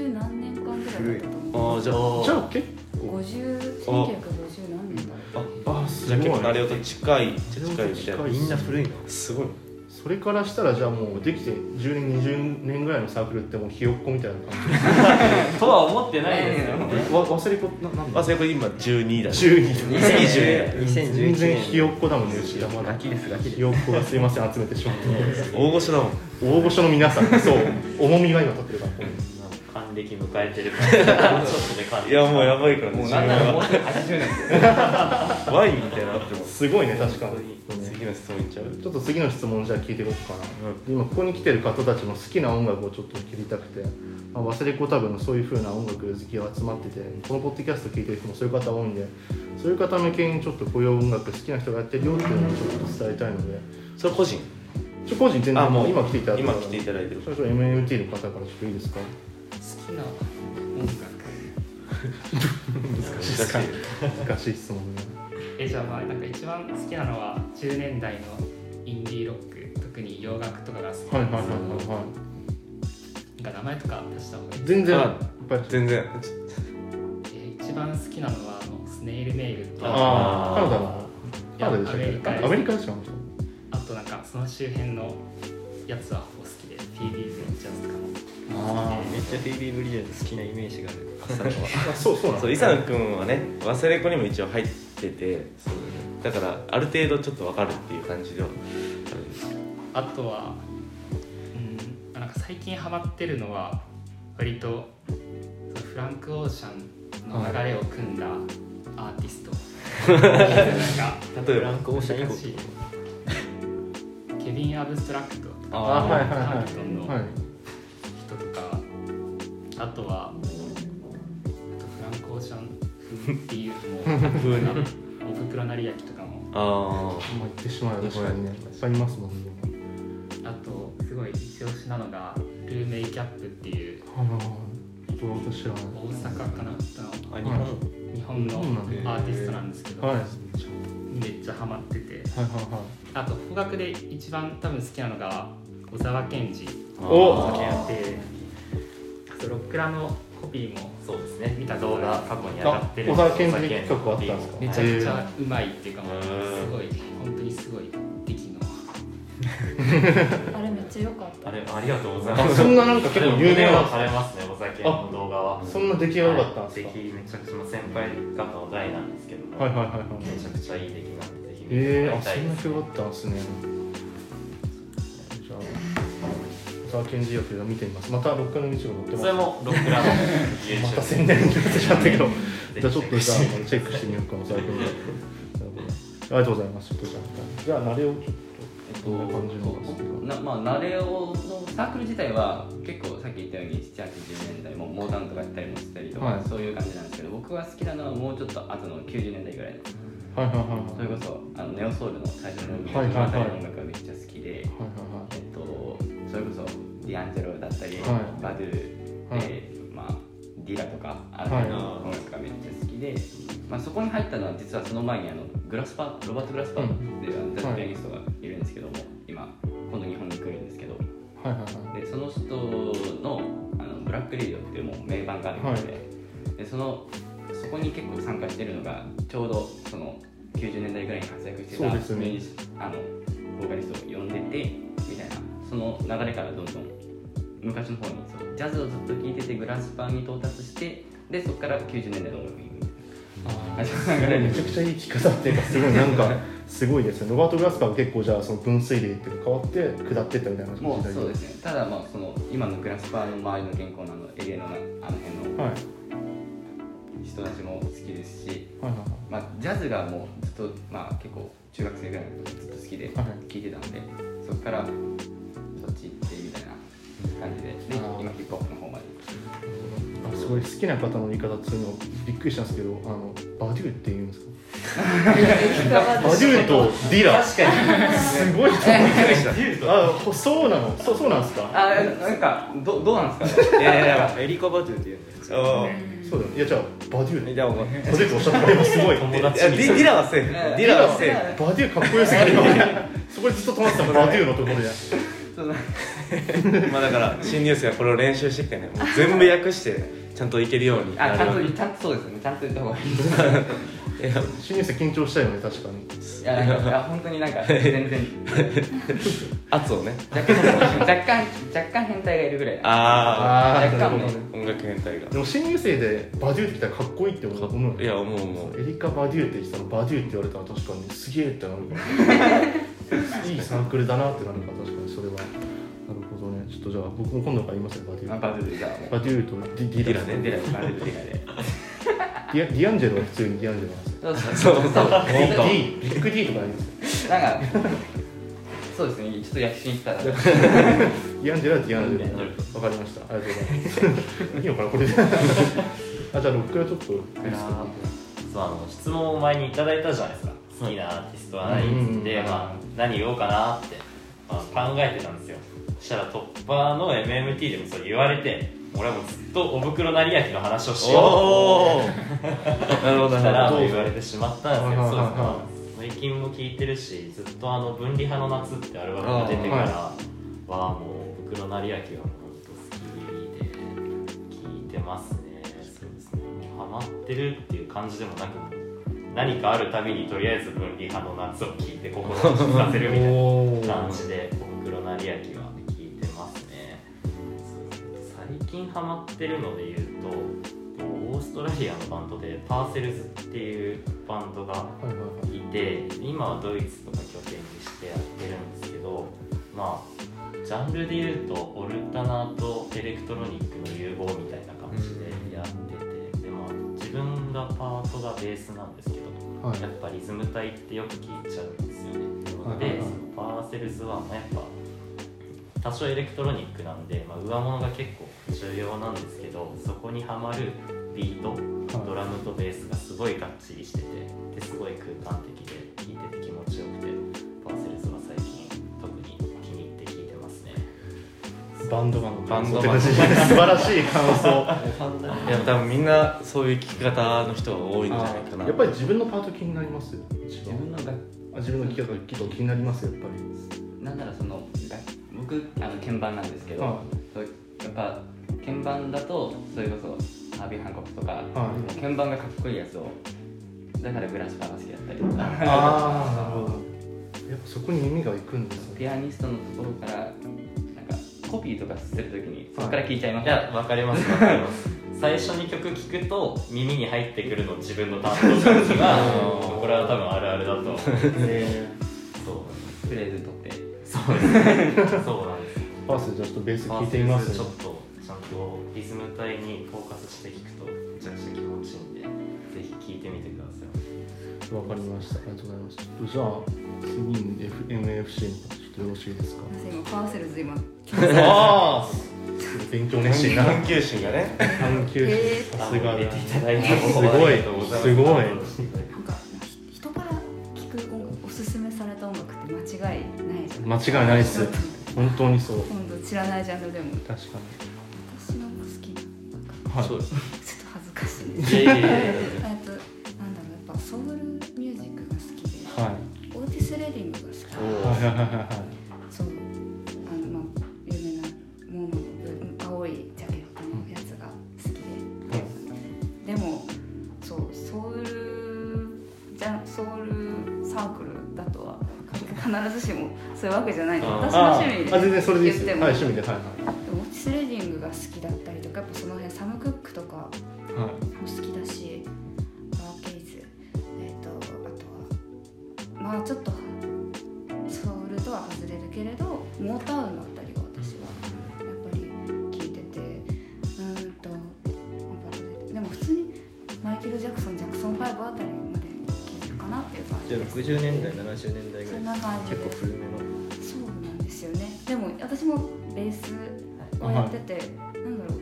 Speaker 7: 60何年間ぐらいだったと思う
Speaker 6: ああじゃあ
Speaker 2: じゃあ結構
Speaker 7: 50 1950何年だ
Speaker 2: ああす
Speaker 6: じゃあ結構ナレオと近いじゃあ近いみ
Speaker 2: 近
Speaker 6: たい
Speaker 2: い
Speaker 6: な
Speaker 2: みんな古いな
Speaker 6: すごい
Speaker 2: すそれからしたらじゃあもうできて10年20年ぐらいのサークルってもうひよっこみたいな感じ
Speaker 9: とは思ってないですよね
Speaker 2: わ忘れ子ななんだ
Speaker 6: 忘れこれ今12だね
Speaker 2: 12
Speaker 6: 次10年
Speaker 2: 全
Speaker 3: 2011
Speaker 2: 然ひよ
Speaker 3: 年
Speaker 2: っこだもんね内山
Speaker 6: ガキですガキ
Speaker 2: ひよっこがすいません集めてしまって
Speaker 6: 大御所だもん
Speaker 2: 大御所の皆さんそう重みが今立ってるから
Speaker 9: 還暦迎えてるからちょっとで還暦
Speaker 6: いやもうやばいからね
Speaker 8: もう
Speaker 6: 自
Speaker 8: なん
Speaker 6: 分
Speaker 8: なら
Speaker 6: は
Speaker 8: もうすぐ80年
Speaker 6: ワインみたいになってます
Speaker 2: すごいね確かに
Speaker 6: 次の質問いっちゃう
Speaker 2: ちょっと次の質問じゃあ聞いていこうかな、今ここに来てる方たちの好きな音楽をちょっと聞きたくて、まあ、忘れ子多分のそういう風な音楽好きが集まっててこのポッドキャスト聞いてる人もそういう方多いんでそういう方向けにちょっとこういう音楽好きな人がやってるよっていうのをちょっと伝えたいので
Speaker 6: それ個人
Speaker 2: ちょ個人全然
Speaker 6: あもう
Speaker 2: 今来ていただいて
Speaker 6: 今来ていただいてる
Speaker 2: それと MMT の方からちょっといいですか
Speaker 5: 好きな音楽
Speaker 6: 難しい
Speaker 2: 難しい質問ね
Speaker 5: えじゃあまあなんか一番好きなのは10年代のインディーロック特に洋楽とかが好き
Speaker 2: はい
Speaker 5: な
Speaker 2: は
Speaker 5: ん
Speaker 2: いはい
Speaker 5: ですけ
Speaker 2: はい
Speaker 5: ど
Speaker 2: は
Speaker 5: なんか名前とか出した方がいい
Speaker 2: い全然いっ
Speaker 6: あ
Speaker 2: ぱいあ
Speaker 6: 全然
Speaker 5: え一番好きなのはあのスネイルメイルとあ
Speaker 2: あカナダのカナダでしたっ
Speaker 5: いやアメリカ
Speaker 2: けアメリカで
Speaker 5: です
Speaker 2: したっ
Speaker 5: となんかその周辺のやつはお好きで TD ベンチャーズとか
Speaker 2: あ
Speaker 5: も
Speaker 3: めっちゃフィービー・ブリジェーズ好きなイメージがある浅野は
Speaker 2: あそうそうなん
Speaker 6: そう伊佐野君はね忘れ子にも一応入っててだからある程度ちょっとわかるっていう感じでは
Speaker 5: あとはうんなんか最近ハマってるのは割とそのフランク・オーシャンの流れを組んだアーティスト、なんか
Speaker 6: 例え
Speaker 3: フラ
Speaker 6: ば
Speaker 3: ンク・オーシャン以
Speaker 5: 難
Speaker 3: 降
Speaker 5: しいケビン・アブストラクトとか
Speaker 2: あはいはい
Speaker 5: ハ
Speaker 2: は
Speaker 5: ンプトンの
Speaker 2: いはい
Speaker 5: 人とかあとはあとフランク・オーシャン風っていうもう風なオププロ成り焼きとかも
Speaker 6: あ
Speaker 2: もう行ってしまうよ確かにねいっぱいいますもんね
Speaker 5: あとすごい一押しなのがルーメイキャップっていう
Speaker 2: あのどうか知らない
Speaker 5: 大阪かな
Speaker 6: あ
Speaker 5: の
Speaker 6: 日本
Speaker 5: 日本の
Speaker 2: そうなんだ
Speaker 5: アーティストなんですけど、
Speaker 2: はいはい
Speaker 5: めっちゃハマってて
Speaker 2: はいはい
Speaker 5: あと邦楽で一番多分好きなのが小沢健二
Speaker 2: お
Speaker 5: でそうロックラのコピーも
Speaker 9: そうですね
Speaker 5: 見た
Speaker 9: 動
Speaker 5: 動
Speaker 9: 画
Speaker 5: 画
Speaker 9: 過去に上が
Speaker 2: あ
Speaker 9: ってる
Speaker 2: 小沢健二曲あったんですか
Speaker 5: めちゃくちゃうまいっていうかもうす
Speaker 9: うん
Speaker 5: ごい本当にすごい出来の
Speaker 7: あれめっちゃ良かった
Speaker 9: あれありがとうござい
Speaker 2: あ
Speaker 9: ます
Speaker 2: そんななんか結構有名な
Speaker 9: はされますねお酒の動画は
Speaker 2: そんな出来が良かったんですか
Speaker 9: はい出来めちゃくちゃ先輩方の代なんですけども
Speaker 2: はいはいはいはい
Speaker 9: めちゃくちゃいい出来なんでぜひ見て
Speaker 2: え
Speaker 9: も
Speaker 2: ー、
Speaker 9: ら
Speaker 2: あ
Speaker 9: いた
Speaker 2: そん
Speaker 9: い
Speaker 2: な
Speaker 9: です
Speaker 2: 曲あったんですねじゃあ小沢健二役で見てみますまた六回の道を乗ってます
Speaker 9: それもロックラの YouTube
Speaker 2: また宣伝になってしまった <laughs> けど
Speaker 9: ひ
Speaker 2: じゃあちょっとじゃあチェックしてみようか小沢健二 <laughs> 役ありがとうございますちょっとじゃあじゃあ慣れをちょっ
Speaker 8: えっ
Speaker 2: と
Speaker 8: と
Speaker 2: どんな感じのが好きか
Speaker 8: なまあナレオのサークル自体は結構さっき言ったように780年代もモーダンとかやったりもしたりとか、
Speaker 2: はい
Speaker 8: そういう感じなんですけど僕が好きなのはもうちょっと後の90年代ぐらいの
Speaker 2: はいはいはい
Speaker 8: それこそあのネオソウルの最初の音楽
Speaker 2: はいはいはい
Speaker 8: あたりの音楽がめっちゃ好きで、
Speaker 2: はいはいはい
Speaker 8: えっと、それこそディアンジェロだったり、
Speaker 2: はい
Speaker 8: バドゥ、
Speaker 2: はい
Speaker 8: えーまあ、ディラとかあの辺の音楽がめっちゃ好きで、まあ、そこに入ったのは実はその前にあのグラスパロバート・グラスパーっていうあのジャズピアニストがいるんですけども、今今度日本に来るんですけど
Speaker 2: はいはいはい
Speaker 8: でその人のあのブラック・リードっていうもう名盤があるので,、でそのそこに結構参加してるのがちょうどその90年代ぐらいに活躍してた
Speaker 2: そう
Speaker 8: ミ
Speaker 2: で
Speaker 8: ュ
Speaker 2: すね
Speaker 8: ージシャンあのボーカリストを呼んでてみたいなその流れからどんどん昔の方にそうジャズをずっと聴いててグラスパーに到達してでそこから90年代の音楽に行くみたいな感じ <laughs> の流れ
Speaker 2: め
Speaker 8: で
Speaker 2: ちゃくちゃいい聞き方っていうかすごいなんかすごいですねロバート・グラスパーが結構じゃあその分水嶺っていうか変わって下ってったみたいな
Speaker 8: も
Speaker 2: 感
Speaker 8: う
Speaker 2: じ
Speaker 8: そうですねただまあその今のグラスパーの周りの健康なのエリアのなあの辺の
Speaker 2: はいはい
Speaker 8: 人たちも好きですし
Speaker 2: はい
Speaker 8: まあ、ジャズがもうずっと、まあ、結構中学生ぐらいの時ずっと好きで
Speaker 2: はい
Speaker 8: 聴いてたので、そこからそっち行ってみたいな感じでで
Speaker 2: あー
Speaker 8: 今ヒップホップの方まで
Speaker 2: はいあすごい好きな方の言い方っていうのびっくりしたんですけどあのバデューって言うんですかバデューとディラ確かにすごいと思いましたあほそうなのそうそうなんですか
Speaker 8: あーなんかどどうなんですか <laughs> ね
Speaker 6: いやいやいや
Speaker 3: エリカ・バドゥっていうんだよ
Speaker 6: あ
Speaker 2: そうだよいやじゃあバデュー
Speaker 6: あ
Speaker 2: ね
Speaker 6: じゃあお前い
Speaker 2: バデューっておっしゃった今すごい
Speaker 9: 友
Speaker 6: や
Speaker 9: 達
Speaker 6: ディディラはセーフディラはセー
Speaker 2: バデューかっこよすぎるそこでずっと止まってたもんバデューのところで
Speaker 8: そ
Speaker 6: <laughs>
Speaker 8: の
Speaker 6: フまあだから新入生はこれを練習してきてねもう全部訳してちゃんと行けるように
Speaker 8: あちゃん
Speaker 6: なる
Speaker 8: とちゃんとそうですねちゃんと言った方がいいです
Speaker 2: 新入生緊張したよね確かに
Speaker 8: いやなんかいや本当に <laughs> なんか全然
Speaker 6: 圧をね
Speaker 8: 若干若干若干変態がいるぐらい
Speaker 6: あ
Speaker 2: あー
Speaker 8: 若干ね
Speaker 6: あ音楽変態が
Speaker 2: でも新入生でバデューってきたらかっこいいって思うよ
Speaker 6: いや思う思う
Speaker 2: エリカ・バデューって人のバデューって言われたら確かにすげえってなる <laughs> からいいサークルだなってなるから確かにそれはなるほどねちょっとじゃあ僕も今度から言いますねバデュ
Speaker 8: あ
Speaker 2: ー
Speaker 8: バズでじゃあもう
Speaker 2: バデューとディディラね
Speaker 8: ディラバズでディラで
Speaker 2: ディアディアンジェロは普通にディアンジェロなんですよ
Speaker 8: そうそうそう
Speaker 2: ディビッグディとかありますよ
Speaker 8: なんかそうですねちょっと躍進したら
Speaker 2: ディアンジェロはディアンジェロわかりましたありがとうございます <laughs> いいのかなこれであじゃあロックはちょっと
Speaker 9: 僕らそうあの質問を前にいただいたじゃないですか好きなアーティストは何
Speaker 2: うん
Speaker 9: っつって、
Speaker 2: うん
Speaker 9: まあ、何言おうかなって、まあ、考えてたんですよそしたら突破の MMT でもそう言われて俺はもうずっとお袋成明の話をしようっ
Speaker 6: <laughs>
Speaker 9: て
Speaker 6: なるほど
Speaker 9: したら
Speaker 6: なるほ
Speaker 9: 言
Speaker 6: ど
Speaker 9: われてしまったんですけど
Speaker 2: はい
Speaker 9: そう
Speaker 2: はい
Speaker 9: で
Speaker 2: はい
Speaker 9: す
Speaker 2: は
Speaker 9: ね最近も聴いてるしずっとあの「分離派の夏」ってアルバムが出てからはもう袋成明はもう本当好きで聴いてますねそうですねもうハマってるっていう感じでもなく何かあるたびにとりあえず「分離派の夏」を聴いて心を落ち着かせるみたいな
Speaker 2: おー
Speaker 9: 感じで袋成明は聴いてますね最近ハマってるので言うとオーストラリアのバンドでパーセルズっていうバンドが
Speaker 2: はいはいはい
Speaker 9: いて今はドイツとか拠点にしてやってるんですけどまあジャンルで言うとオルタナとエレクトロニックの融合みたいな感じでやっててで、まあ、自分がパートがベースなんですけど
Speaker 2: はい
Speaker 9: やっぱリズム体ってよく聞いちゃうんですよね、
Speaker 2: はいはいはい
Speaker 9: でそのパーセルズはまあやっぱ多少エレクトロニックなんで、まあ、上物が結構重要なんですけどそこにはまるビートドラムとベースがすごいがっちりしててですごい空間的で聴いてて気持ちよくてパーセルズは最近特に気に入って聴いてますね
Speaker 2: バンドマンの感想
Speaker 6: バンドマン
Speaker 2: 素晴らしい感想
Speaker 6: いや多分みんなそういう聞き方の人が多いんじゃないかな
Speaker 2: やっぱり自分のパート気になります自
Speaker 8: 自分の楽
Speaker 2: あ自分の聴き方結構気になりますやっぱり
Speaker 8: なんならその楽僕あの鍵盤なんですけど、
Speaker 2: は
Speaker 8: そうやっぱ鍵盤だとそれこそハービー・ハンコックとか、
Speaker 2: い
Speaker 8: 鍵盤がかっこいいやつをだからブラスパーが好きだったりとか
Speaker 2: ああなるほどやっぱそこに耳が行くんですね
Speaker 8: ピアニストのところからなんかコピーとかするときにそこから聴いちゃいま
Speaker 9: い
Speaker 8: す、
Speaker 9: や分かります分かります
Speaker 8: <laughs>
Speaker 9: 最初に曲聴くと耳に入ってくるの自分の担当感じがこれは多分あるあるだと思うそう
Speaker 8: フレーズ取って
Speaker 9: そうですね。そうなんです。
Speaker 2: パースじゃあちょっとベース聞いてみます
Speaker 9: ちょっとちゃんとリズム体にフォーカスして聞くとめちゃくちゃ気持ちいいんで、ぜひ聞いてみてください。
Speaker 2: わかりましたありがとうございますちょっとじゃあ次に F MFC の方ちょっとよろしいですか
Speaker 7: 私今パーセルズ今
Speaker 2: ああ勉強熱心な
Speaker 6: 探求心がね
Speaker 2: 探求
Speaker 7: へー
Speaker 2: さすが
Speaker 9: あ
Speaker 2: だ
Speaker 9: 入れていただいて
Speaker 2: すごいすごい
Speaker 7: なんか人から聞く音楽おすすめされた音楽って間違いないじゃない
Speaker 2: 間違いないっす
Speaker 7: ちょっと
Speaker 2: 本当にそう
Speaker 7: 今度知らないジャンルでも
Speaker 2: 確か
Speaker 7: 私の好きな音楽
Speaker 2: にはい
Speaker 7: ちょっと恥ずかしいです
Speaker 9: いやいやいやい
Speaker 7: え
Speaker 9: や
Speaker 7: っとなんだろうやっぱソウルミュージックが好きで、
Speaker 2: はい
Speaker 7: オーティス・レディングが好きで
Speaker 2: はいはいはいはい
Speaker 7: そうあのまあ有名なモーモンの青いジャケットのやつが好きで、でもそうソウルじゃソウルサークルだとは必ずしもそういうわけじゃない <laughs> の私の
Speaker 2: あ
Speaker 7: 趣味
Speaker 2: あ全然それでいいで
Speaker 7: 言っ
Speaker 2: す
Speaker 7: て
Speaker 2: よ
Speaker 7: も
Speaker 2: はい趣味ではいは
Speaker 7: でもオーティス・レディングが好きだったりとかやっぱその辺サム・クックとか
Speaker 2: いはい
Speaker 7: も好きだしバーケイズえっ、とあとはまあちょっとソウルとは外れるけれどモータウンのあたりが私はやっぱり聞いててうーんとなんかでも普通にマイケル・ジャクソンジャクソン5あたりまで聞いてるかなっていう感じ
Speaker 3: じゃあ
Speaker 7: です
Speaker 3: 60年代70年代ぐ
Speaker 7: そ
Speaker 3: らい
Speaker 7: んな感じ
Speaker 3: 結
Speaker 7: で
Speaker 3: 構古めの
Speaker 7: そうなんですよねでも私もベースをやってて、なんだろ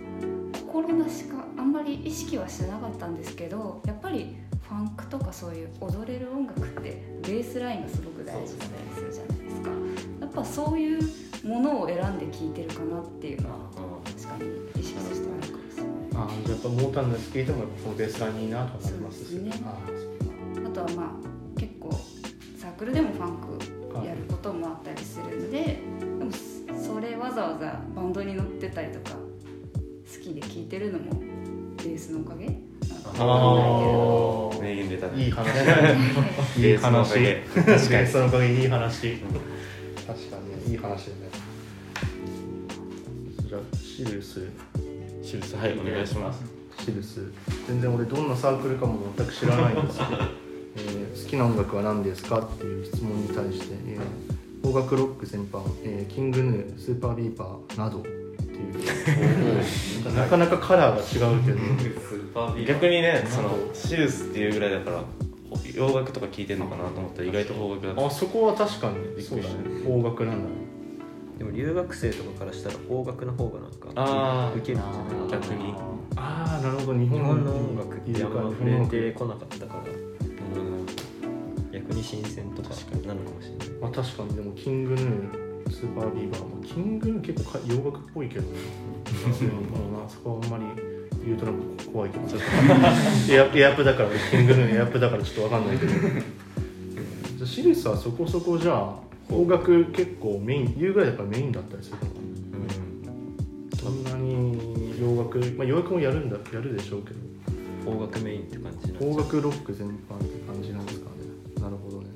Speaker 7: う心なしかあんまり意識はしてなかったんですけどやっぱりファンクとかそういう踊れる音楽ってベースラインがすごく大事だったりするじゃないですかやっぱそういうものを選んで聴いてるかなっていうのは確かに意識してないかもしれな
Speaker 2: あ
Speaker 7: い
Speaker 2: ーじゃあやっぱモータウンのやつ聞いてもやっぱこのベースラインいいなとかなります
Speaker 7: そうですね
Speaker 2: あ
Speaker 7: あとはまあ結構サークルでもファンクやることもあったりするのででもそれわざわざバンドに乗ってたりとか好きで聴いてるのもベースのおかげなのか
Speaker 2: あ
Speaker 7: わ
Speaker 2: ー
Speaker 6: 名言出たね
Speaker 2: いい話
Speaker 6: い
Speaker 2: <laughs> い
Speaker 6: い
Speaker 2: い
Speaker 6: 話
Speaker 2: 話
Speaker 6: 確かに
Speaker 2: そのおかげでいい話確かにいい話だねじゃあシルス
Speaker 6: シルスはいお願いします
Speaker 2: シルス全然俺どんなサークルかも全く知らないん <laughs> ですけど、えー好きな音楽は何ですかっていう質問に対して、えー邦楽ロック全般、えーキングヌースーパービーバーなどっていうなかなかカラーが違うけど
Speaker 9: スーパービーバー
Speaker 6: 逆にねそのシルスっていうぐらいだから洋楽とか聞いてんのかなと思ったら意外と邦楽だった
Speaker 2: <laughs> あそこは確かにそうだね邦楽なんだね
Speaker 3: でも留学生とかからしたら邦楽の方がなんか
Speaker 6: あー
Speaker 3: 受けるんじゃない
Speaker 6: 逆に
Speaker 2: ああなるほど日
Speaker 3: 日
Speaker 2: 本
Speaker 3: 本の音楽ってあんま
Speaker 2: か
Speaker 3: 触れてこなかったから
Speaker 6: うん
Speaker 3: 逆に新鮮とかなのかもしれない
Speaker 2: まあ確かにでもキングヌースーパービーバーもキングヌー結構か洋楽っぽい <laughs> けどねうんまあそこはあんまり言うとなんか怖いけどちょっと <laughs> エアエアプだからキングヌーエアプだからちょっとわかんないけどじゃあシリスはそこそこじゃあ邦楽結構メイン言うぐらいだからメインだったりするのかなそんなに洋楽まあ洋楽もやるんだやるでしょうけど
Speaker 3: 邦楽メインって感じなんです
Speaker 2: 邦楽ロック全般って感じなんですかねなるほどね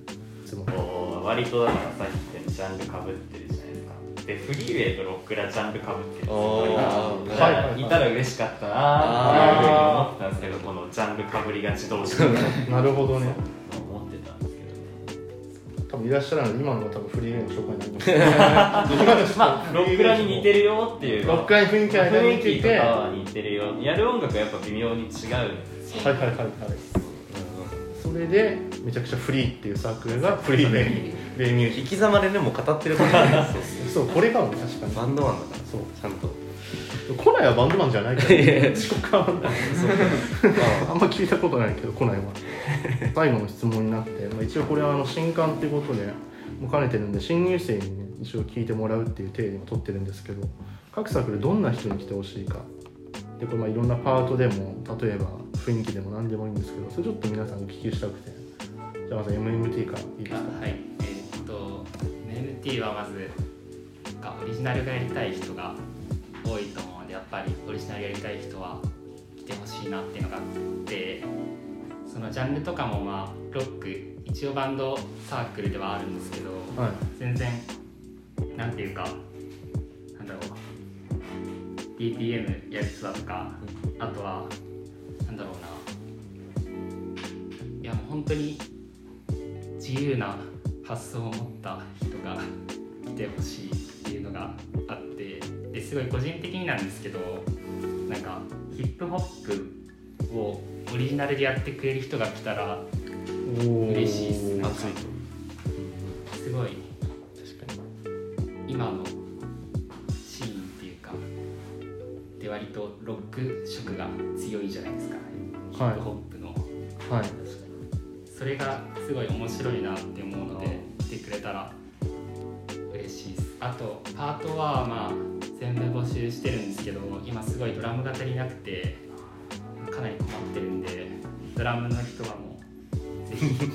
Speaker 2: いつも
Speaker 9: こう割とだからさっき言ったようにジャンルかぶってるじゃないですかでフリーウェイとロックラジャンルかぶってる
Speaker 6: おー
Speaker 9: だ
Speaker 2: は
Speaker 9: か
Speaker 2: いはいは
Speaker 9: ら
Speaker 2: い
Speaker 9: いたら嬉しかったなっていうふうに思ってたんですけどこのジャンルかぶりがち同士みたいな
Speaker 2: なるほどね
Speaker 9: 思ってたんですけどね
Speaker 2: 多分いらっしゃらない今のは多分フリーレンの紹介になります今の人
Speaker 9: まあロックラに似てるよっていう
Speaker 2: ロックラに雰囲気が
Speaker 9: 雰
Speaker 2: 似
Speaker 9: 囲
Speaker 2: て
Speaker 9: 気
Speaker 2: て
Speaker 9: とか
Speaker 2: は
Speaker 9: は似てるよやる音楽はやっぱ微妙に違うんですよ
Speaker 2: いはいはいはいそれでめちゃくちゃフリーっていうサークルがフリーレンレイミュージ
Speaker 6: 生き様でねもう語ってるからね
Speaker 2: ックそうこれかもね確かに
Speaker 6: バンドマンだから
Speaker 2: そう
Speaker 6: ちゃんと
Speaker 2: コナイはバンドマンじゃないから
Speaker 6: い
Speaker 2: <laughs>
Speaker 6: やいや
Speaker 2: そこ変わんないあんま聞いたことないけどコナイは最後の質問になって、まあ、一応これはあの新刊ってことでもう兼ねてるんで新入生にね一応聞いてもらうっていう定理も取ってるんですけど各サークルどんな人に来てほしいかでこれまあいろんなパートでも例えば雰囲気でも何でもいいんですけどそれちょっと皆さんお聞きしたくてじゃあまず MMT からいいですか
Speaker 5: あはいえーっと NT はまずなんかオリジナルがやりたい人が多いと思うのでやっぱりオリジナルやりたい人は来てほしいなっていうのがあってそのジャンルとかもまあロック一応バンドサークルではあるんですけど
Speaker 2: はい
Speaker 5: 全然なんていうかなんだろう BPM やる人だとかあとはなんだろうないやもう本当に自由な発想を持った人が <laughs> 来てほしいっていうのがあってですごい個人的になんですけどなんかヒップホップをオリジナルでやってくれる人が来たら嬉しいですね
Speaker 6: 熱いと
Speaker 5: すごい
Speaker 6: 確かに
Speaker 5: 今のシーンっていうかで割とロック色が強いじゃないですか、ヒップホップの
Speaker 2: はい
Speaker 5: それがすごい面白いなって思うので来てくれたら嬉しいですあとパートはまあ全部募集してるんですけど今すごいドラムが足りなくてかなり困ってるんでドラムの人はもうぜひ <laughs> ぜ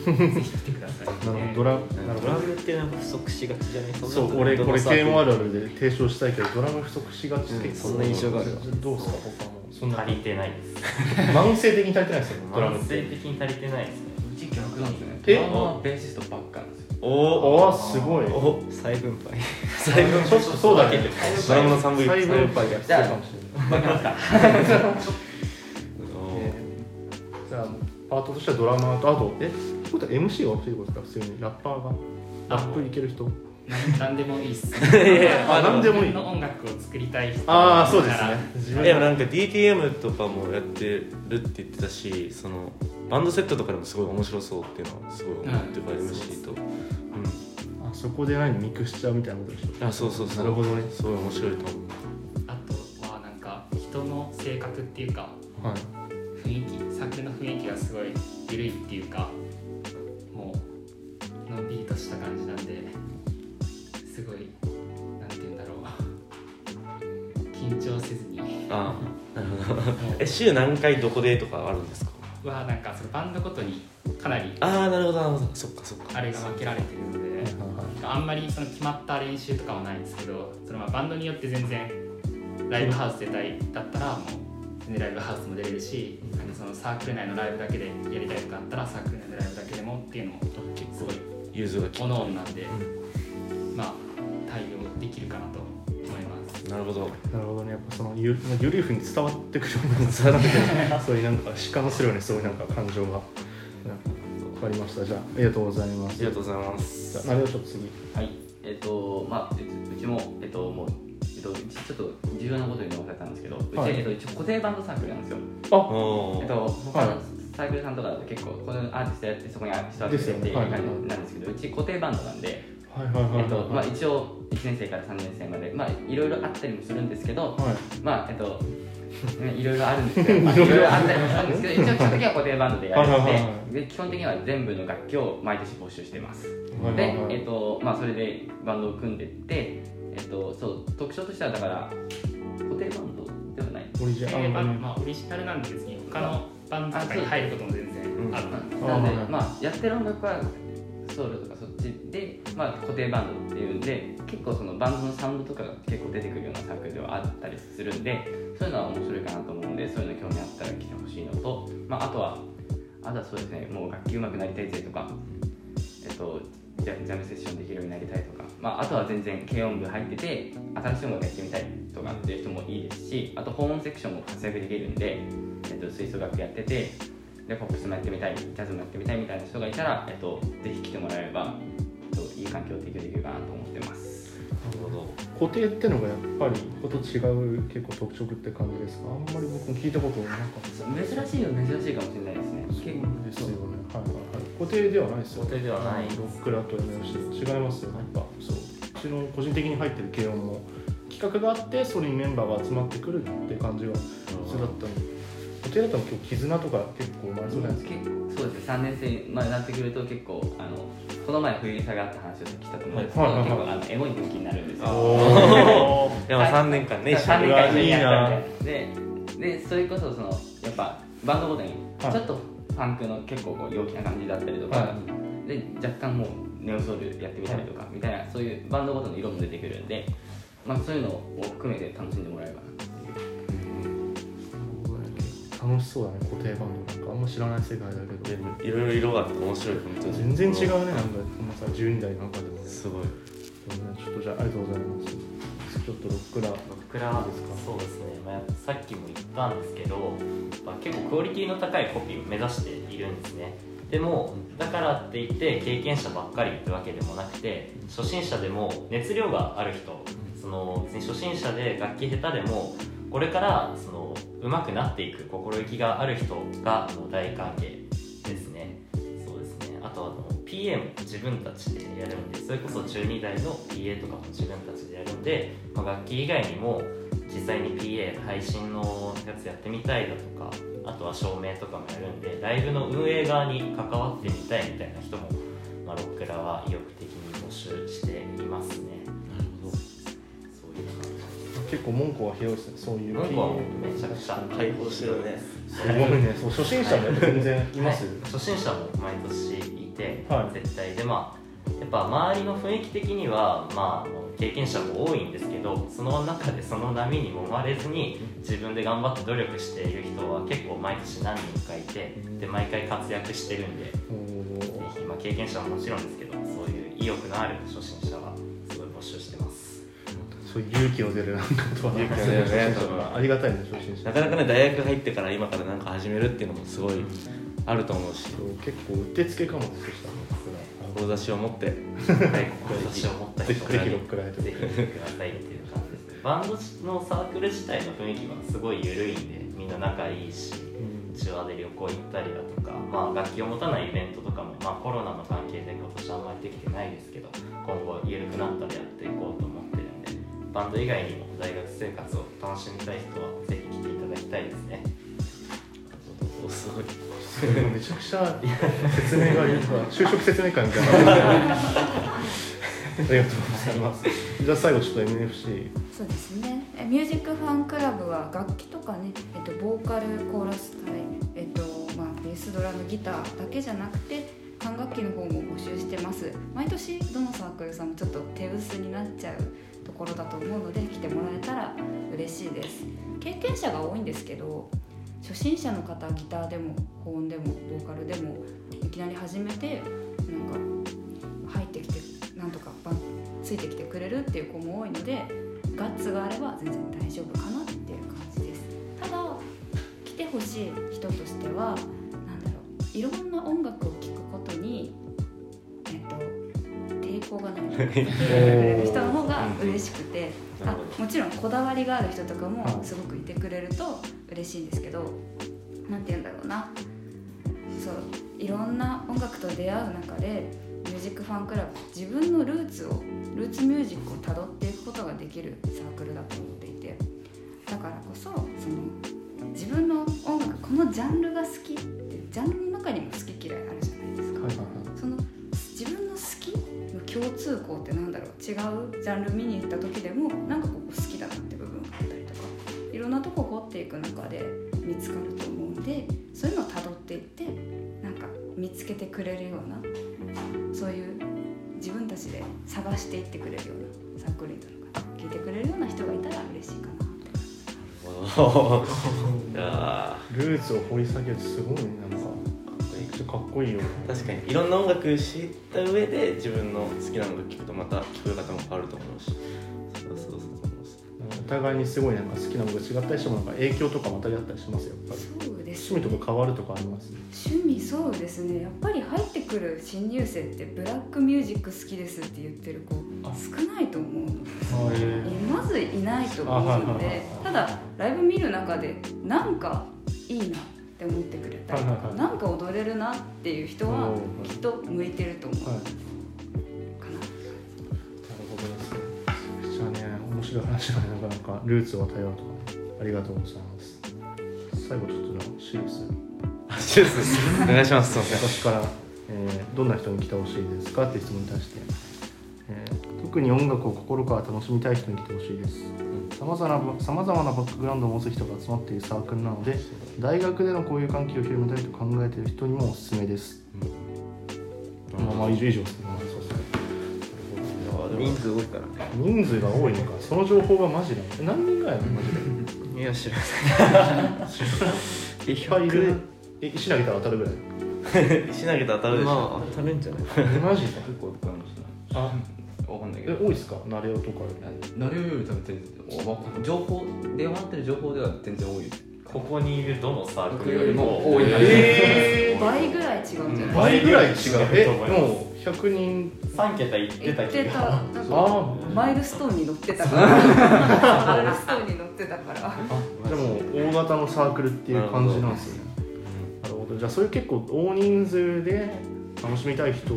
Speaker 5: ひ来てください、
Speaker 2: なるほどドラなる
Speaker 3: ド
Speaker 2: ほど
Speaker 3: ラムってなんか不足しがちじゃないんな
Speaker 2: そう俺これ低音あるあるで提唱したいけどドラム不足しがちで、
Speaker 3: うんそんな印象があるわ
Speaker 2: どうですか他もそんな
Speaker 9: 足りてないです
Speaker 2: 慢性的に足りてないですよドラム
Speaker 9: 慢性的に足りてないですね
Speaker 8: うち逆なんですね
Speaker 2: え
Speaker 8: ドラマはベーシストばっかなんですよ
Speaker 2: おおすごい
Speaker 3: お再分配
Speaker 2: 細分ちょっとそうだね
Speaker 6: ドラムの三分
Speaker 2: 細
Speaker 6: 一
Speaker 2: 分配が必要かもしれない
Speaker 8: わかりますか
Speaker 6: お
Speaker 2: じゃあパートとしてはドラマーとあとえってことは MC が欲しいことですか普通にラッパーがラップいける人
Speaker 5: ななんでもいい
Speaker 2: <laughs>
Speaker 5: っす
Speaker 2: まあなんでもいい
Speaker 5: 自分の音楽を作りたい人
Speaker 2: ああそうですね自
Speaker 6: ー
Speaker 2: 分
Speaker 6: いやなんか DTM とかもやってるって言ってたしそのバンドセットとかでもすごい面白そうっていうのはすごい思ってるから MC とうん
Speaker 2: あそこで何ミクスチャーみたいなことでしょ
Speaker 6: あそうそうそう
Speaker 2: なるほどね
Speaker 6: すごい面白いと思う
Speaker 5: あとはなんか人の性格っていうか
Speaker 2: はい
Speaker 5: 雰囲気サークルの雰囲気がすごい緩いっていうかもうのんびりとした感じなんですごいなんて言うんだろう <laughs> 緊張せずに
Speaker 6: ああなるほど <laughs>
Speaker 5: も
Speaker 6: え週何回どこでとかあるんですか
Speaker 5: うはなんかそのバンドごとにかなり
Speaker 6: ああなるほどなるほどそっかそっか
Speaker 5: あれが分けられてるのであんまりその決まった練習とかはないんですけどそのまあバンドによって全然ライブハウスでたいだったらもうでライブハウスも出れるしなんかそのサークル内のライブだけでやりたいとかあったらサークル内のライブだけでもっていうのをすごい
Speaker 6: 融通が利
Speaker 5: おのおのなんで、まあ対応できるかなと思います
Speaker 6: くなるほど
Speaker 2: なるほどねやっぱそのゆなんかゆるいふうに伝わってくるような伝わってくるそういうなんか弛緩するよねそういうなんか感情が分かりましたじゃあありがとうございま
Speaker 6: あ
Speaker 2: す
Speaker 6: りがとうございます
Speaker 2: じゃあなるほどちょっと次
Speaker 8: はい、えっ、と、まあ、えっとうちも、えっ、と、もう、えっ、と、ちょっと重要なことに忘れたんですけど、うち、
Speaker 2: はい
Speaker 8: えっ、と、一応固定バンドサークルなんですよ。
Speaker 6: お
Speaker 8: え
Speaker 6: ー
Speaker 8: っと、他
Speaker 2: はい
Speaker 8: のサークルさんとかだと結構、このアーティストやって、そこにアーティストやって
Speaker 2: ですよね
Speaker 8: っていう
Speaker 2: はい
Speaker 8: 感じなんですけど、うち固定バンドなんで、
Speaker 2: はいはいはい
Speaker 8: えっと、ま
Speaker 2: は
Speaker 8: あ、
Speaker 2: い
Speaker 8: 一応、1年生から3年生まで、まあ、いろいろあったりもするんですけど、
Speaker 2: はい
Speaker 8: まあ、えっと、ねいろいろあるん
Speaker 2: <laughs>
Speaker 8: ですけど、まあ
Speaker 2: いろ
Speaker 8: い
Speaker 2: いろ
Speaker 8: ろいろあったりもするんですけど、一応基本的には固定バンドでやる
Speaker 2: はいはいはいは
Speaker 8: ので、で基本的には全部の楽器を毎年募集してます。
Speaker 2: はい
Speaker 8: で、
Speaker 2: はい
Speaker 8: えっとまあ、それでバンドを組んでって、えっと、そう特徴としてはだから固定バンドではない
Speaker 2: オリジ
Speaker 5: で
Speaker 2: ナル
Speaker 5: まあ
Speaker 2: あのね
Speaker 5: まあ、オリジナルなんで別に他のバンドとかに入ることも全然あるな
Speaker 8: なので
Speaker 2: あー
Speaker 8: まあ、やってる音楽はソウルとかそっちで、まあ、固定バンドっていうんで結構そのバンドのサウンドとかが結構出てくるようなサークルではあったりするんでそういうのは面白いかなと思うんでそういうの興味あったら来てほしいのと、まあ、あとはあとはそうですねもう楽器上手くなりたいぜとか、えっと、ジャジャムセッションできるようになりたいとか、まあ、あとは全然軽音部入ってて新しい音楽やってみたいとかっていう人もいいですしあと訪問セクションも活躍できるんで、えっと、吹奏楽やっててでポップスもやってみたいジャズもやってみたいみたいな人がいたら、えっと、ぜひ来てもらえれば、えっと、いい環境を提供できるかなと思ってます
Speaker 2: 固定ってのがやっぱりこと違う結構特色って感じですかあんまり僕も聞いたことなかったです
Speaker 8: 珍しいよ珍しいかもしれないですね
Speaker 2: そう
Speaker 8: 結
Speaker 2: ですよねはいはいはい固定ではないですよ
Speaker 4: 固定ではない
Speaker 2: 僕らと MC 違いますよねやっぱそううちの個人的に入ってる軽音も企画があってそれにメンバーが集まってくるって感じが普通だったので固定だと結構絆とか結構生まれそうじゃないですか
Speaker 8: 結構そうですね3年生までなってくると結構あのこの前冬に下がった話をしたと思うんですけど、
Speaker 2: はいはいはい
Speaker 8: 結構あのエモい空気になるんですよ
Speaker 2: おー
Speaker 6: でも3年間ね一緒に
Speaker 8: 3年間一緒に
Speaker 6: うわ
Speaker 8: やったみたいででそれこそそのやっぱバンドごとにちょ
Speaker 2: はい
Speaker 8: っとファンクの結構こう陽気な感じだったりとか、
Speaker 2: は
Speaker 8: で若干もうネオソウルやってみたりとかみたいなそういうバンドごとの色も出てくるんで、まあ、そういうのを含めて楽しんでもらえればな
Speaker 2: 楽しそうだね固定バンドなんかあんま知らない世界だ
Speaker 6: い
Speaker 2: け
Speaker 6: やで
Speaker 2: ど
Speaker 6: もいろいろ色があって面白い本当
Speaker 2: 全
Speaker 6: に
Speaker 2: 然違うねなんかこのさ12代なんかでもね
Speaker 6: すごい
Speaker 2: ちょっとじゃあありがとうございますちょっとロックラ
Speaker 9: 僕らはそうですね、まあ、さっきも言ったんですけど、まあ、結構クオリティの高いコピーを目指しているんですねでもだからって言って経験者ばっかりってわけでもなくて初心者でも熱量がある人その別に初心者で楽器下手でもこれからその上手くなっていく心意気がある人がもう大歓迎ですねそうですねあとあの PA も自分たちでやるんでそれこそ12台の PA とかも自分たちでやるんで、まあ、楽器以外にも実際に PA 配信のやつやってみたいだとかあとは照明とかもやるんでライブの運営側に関わってみたいみたいな人も、まあ、ロックラは意欲的に募集していますねそういう感
Speaker 2: 結構門戸は広いですねそうい
Speaker 9: じ
Speaker 2: う
Speaker 9: なんかはめちゃくちゃ
Speaker 6: 解放してるね
Speaker 2: すごいねそう初心者も全然いますよ
Speaker 9: はい初心者も毎年いて、
Speaker 2: はい
Speaker 9: 絶対でまあやっぱ周りの雰囲気的には、まああの、経験者も多いんですけどその中でその波に揉まれずに自分で頑張って努力している人は結構毎年何人かいてで毎回活躍してるんで、ぜ
Speaker 2: お
Speaker 9: ひまあ、経験者はもちろんですけどそういう意欲のある初心者はすごい募集してます
Speaker 2: ーそう勇気を出るなんかとは
Speaker 6: 勇気を出るね
Speaker 2: 初心者がありがたいね初心者
Speaker 6: なかなかね大学入ってから今からなんか始めるっていうのもすごいあると思うし
Speaker 2: そう結構うってつけかもでした
Speaker 6: 志を持って
Speaker 9: はい志を持った
Speaker 2: ぜ
Speaker 9: 人
Speaker 2: ひぜひロックライト
Speaker 9: ぜひ見てくださいっていう感じですねバンドのサークル自体の雰囲気はすごい緩いんでみんな仲いいし手話で旅行行ったりだとか、まあ、楽器を持たないイベントとかも、まあ、コロナの関係で今年あんまりできてないですけど今後緩くなったらやっていこうと思ってるんでバンド以外にも大学生活を楽しみたい人はぜひ来ていただきたいですね
Speaker 6: おすごい
Speaker 2: めちゃくちゃ説明がいいか就職説明会みたいな <laughs> ありがとうございますじゃあ最後ちょっと MNFC
Speaker 7: そうですねえミュージックファンクラブは楽器とかね、えっと、ボーカルコーラス隊、えっとまあ、ベースドラムギターだけじゃなくて管楽器の方も募集してます毎年どのサークルさんもちょっと手薄になっちゃうところだと思うので来てもらえたら嬉しいです経験者が多いんですけど初心者の方ギターでも保温でもボーカルでもいきなり始めてなんか入ってきてなんとかばついてきてくれるっていう子も多いのでガッツがあれば全然大丈夫かなっていう感じですただ来てほしい人としてはなんだろういろんな音楽を聴くことに、えっと、抵抗がない受け入れてくれる人の方が嬉しくて
Speaker 9: な
Speaker 7: あ
Speaker 9: るほど
Speaker 7: もちろんこだわりがある人とかもすごくいてくれると嬉しいんですけど何て言うんだろうなそういろんな音楽と出会う中でミュージックファンクラブ自分のルーツをルーツミュージックをたどっていくことができるサークルだと思っていてだからこそその自分の音楽このジャンルが好きってジャンルの中にも好き嫌いあるじゃないですか、その自分の好きの共通項ってなんだろう違うジャンル見に行った時でもなんかここ好きだなって部分があったりとかいろんなとこ掘っていく中で見つかると思うんでそういうのをたどっていってなんか見つけてくれるようなそういう自分たちで探していってくれるようなサークルにとか聞いてくれるような人がいたら嬉しいかなって
Speaker 6: <laughs> いや
Speaker 2: ルーツを掘り下げるってすごいねなんかちょっとかっこいいよ
Speaker 6: ー確かにいろんな音楽知った上で自分の好きな音楽聴くとまた聴こえ方も変わると思うしそうそうそうそう
Speaker 2: お互いにすごいなんか好きなものが違ったりしてもなんか影響とかまたやったりしますよやっぱり
Speaker 7: そうです
Speaker 2: 趣味とか変わるとかあります
Speaker 7: 趣味そうですねやっぱり入ってくる新入生ってブラックミュージック好きですって言ってる子少ないと思うの
Speaker 2: はい
Speaker 7: まずいないと思うのでただライブ見る中でなんかいいなって思ってくれたりと
Speaker 2: はいはい
Speaker 7: か
Speaker 2: はい
Speaker 7: なんか踊れるなっていう人は
Speaker 2: うん
Speaker 7: きっと向いてると思うか
Speaker 2: はい
Speaker 7: な
Speaker 2: なるほどですね。じゃあね、面白い話がねなかなかルーツを与えようとか、ありがとうございます。最後ちょっとじゃあシリーズ
Speaker 6: あシューズです
Speaker 2: <laughs>
Speaker 6: お願いしますすいません
Speaker 2: 私から、えーどんな人に来てほしいですかっていう質問に対して、えー特に音楽を心から楽しみたい人に来てほしいですさまざまなバックグラウンドを持つ人が集まっているサークルなので大学でのこういう関係を広めたいと考えている人にもおすすめです、まあまあ以上以上ですねまあそうですね
Speaker 3: 人数多いからね
Speaker 2: 人数が多いのかその情報がマジなのえ何人ぐらいなのマジで
Speaker 6: いや知 <laughs> らない
Speaker 2: いっぱいいるえ石投げたら当たるぐらい
Speaker 6: 石投げたら当たるでしょ、
Speaker 3: まあ当たるんじゃない
Speaker 2: えマジで
Speaker 8: 結構僕あの人
Speaker 2: あ
Speaker 8: わかんないけ
Speaker 2: え
Speaker 8: ど
Speaker 2: 多いですか慣れよとかより
Speaker 4: なるより多分全然わかんない情報で回ってる情報では全然多い
Speaker 9: ここにいるどのサーク
Speaker 4: 僕
Speaker 9: ル
Speaker 4: よ
Speaker 9: よ
Speaker 4: り
Speaker 9: り
Speaker 4: も
Speaker 9: も
Speaker 4: 多い
Speaker 2: え
Speaker 7: 倍ぐらい違うんじゃない
Speaker 9: うん
Speaker 2: 倍ぐらい違うえ
Speaker 9: と思います
Speaker 2: もう100人
Speaker 9: 3桁いって
Speaker 7: 言
Speaker 9: た
Speaker 7: っ
Speaker 9: 気
Speaker 7: て
Speaker 9: が
Speaker 7: たなんか
Speaker 2: あ
Speaker 7: マイルストーンに乗ってた
Speaker 9: <laughs>
Speaker 7: からマイルストーンに乗ってたから
Speaker 2: あでも大型のサークルっていう感じなんですよねなるほどじゃあそういう結構大人数で楽しみたい人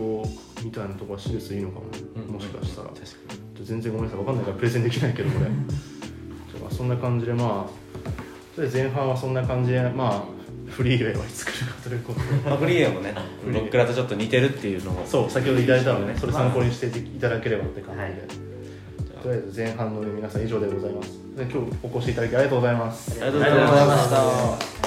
Speaker 2: みたいなとこはシルスいいのかも、ね、もしかしたら
Speaker 6: 確か
Speaker 2: 全然ごめんなさい分かんないからプレゼンできないけ <laughs> どこれじゃあそんな感じでまあとりあえず前半はそんな感じでまあフリーウェイはいつ来るかということで
Speaker 6: に、まあ、フリーエもねロックラとちょっと似てるっていうのも
Speaker 2: <laughs> そう先ほどいただいたので、 <laughs> ね、それ参考にしていただければって感じで、とりあえず前半の、ね、皆さん以上でございますで今日お越しいただきありがとうございます
Speaker 6: ありがとうございました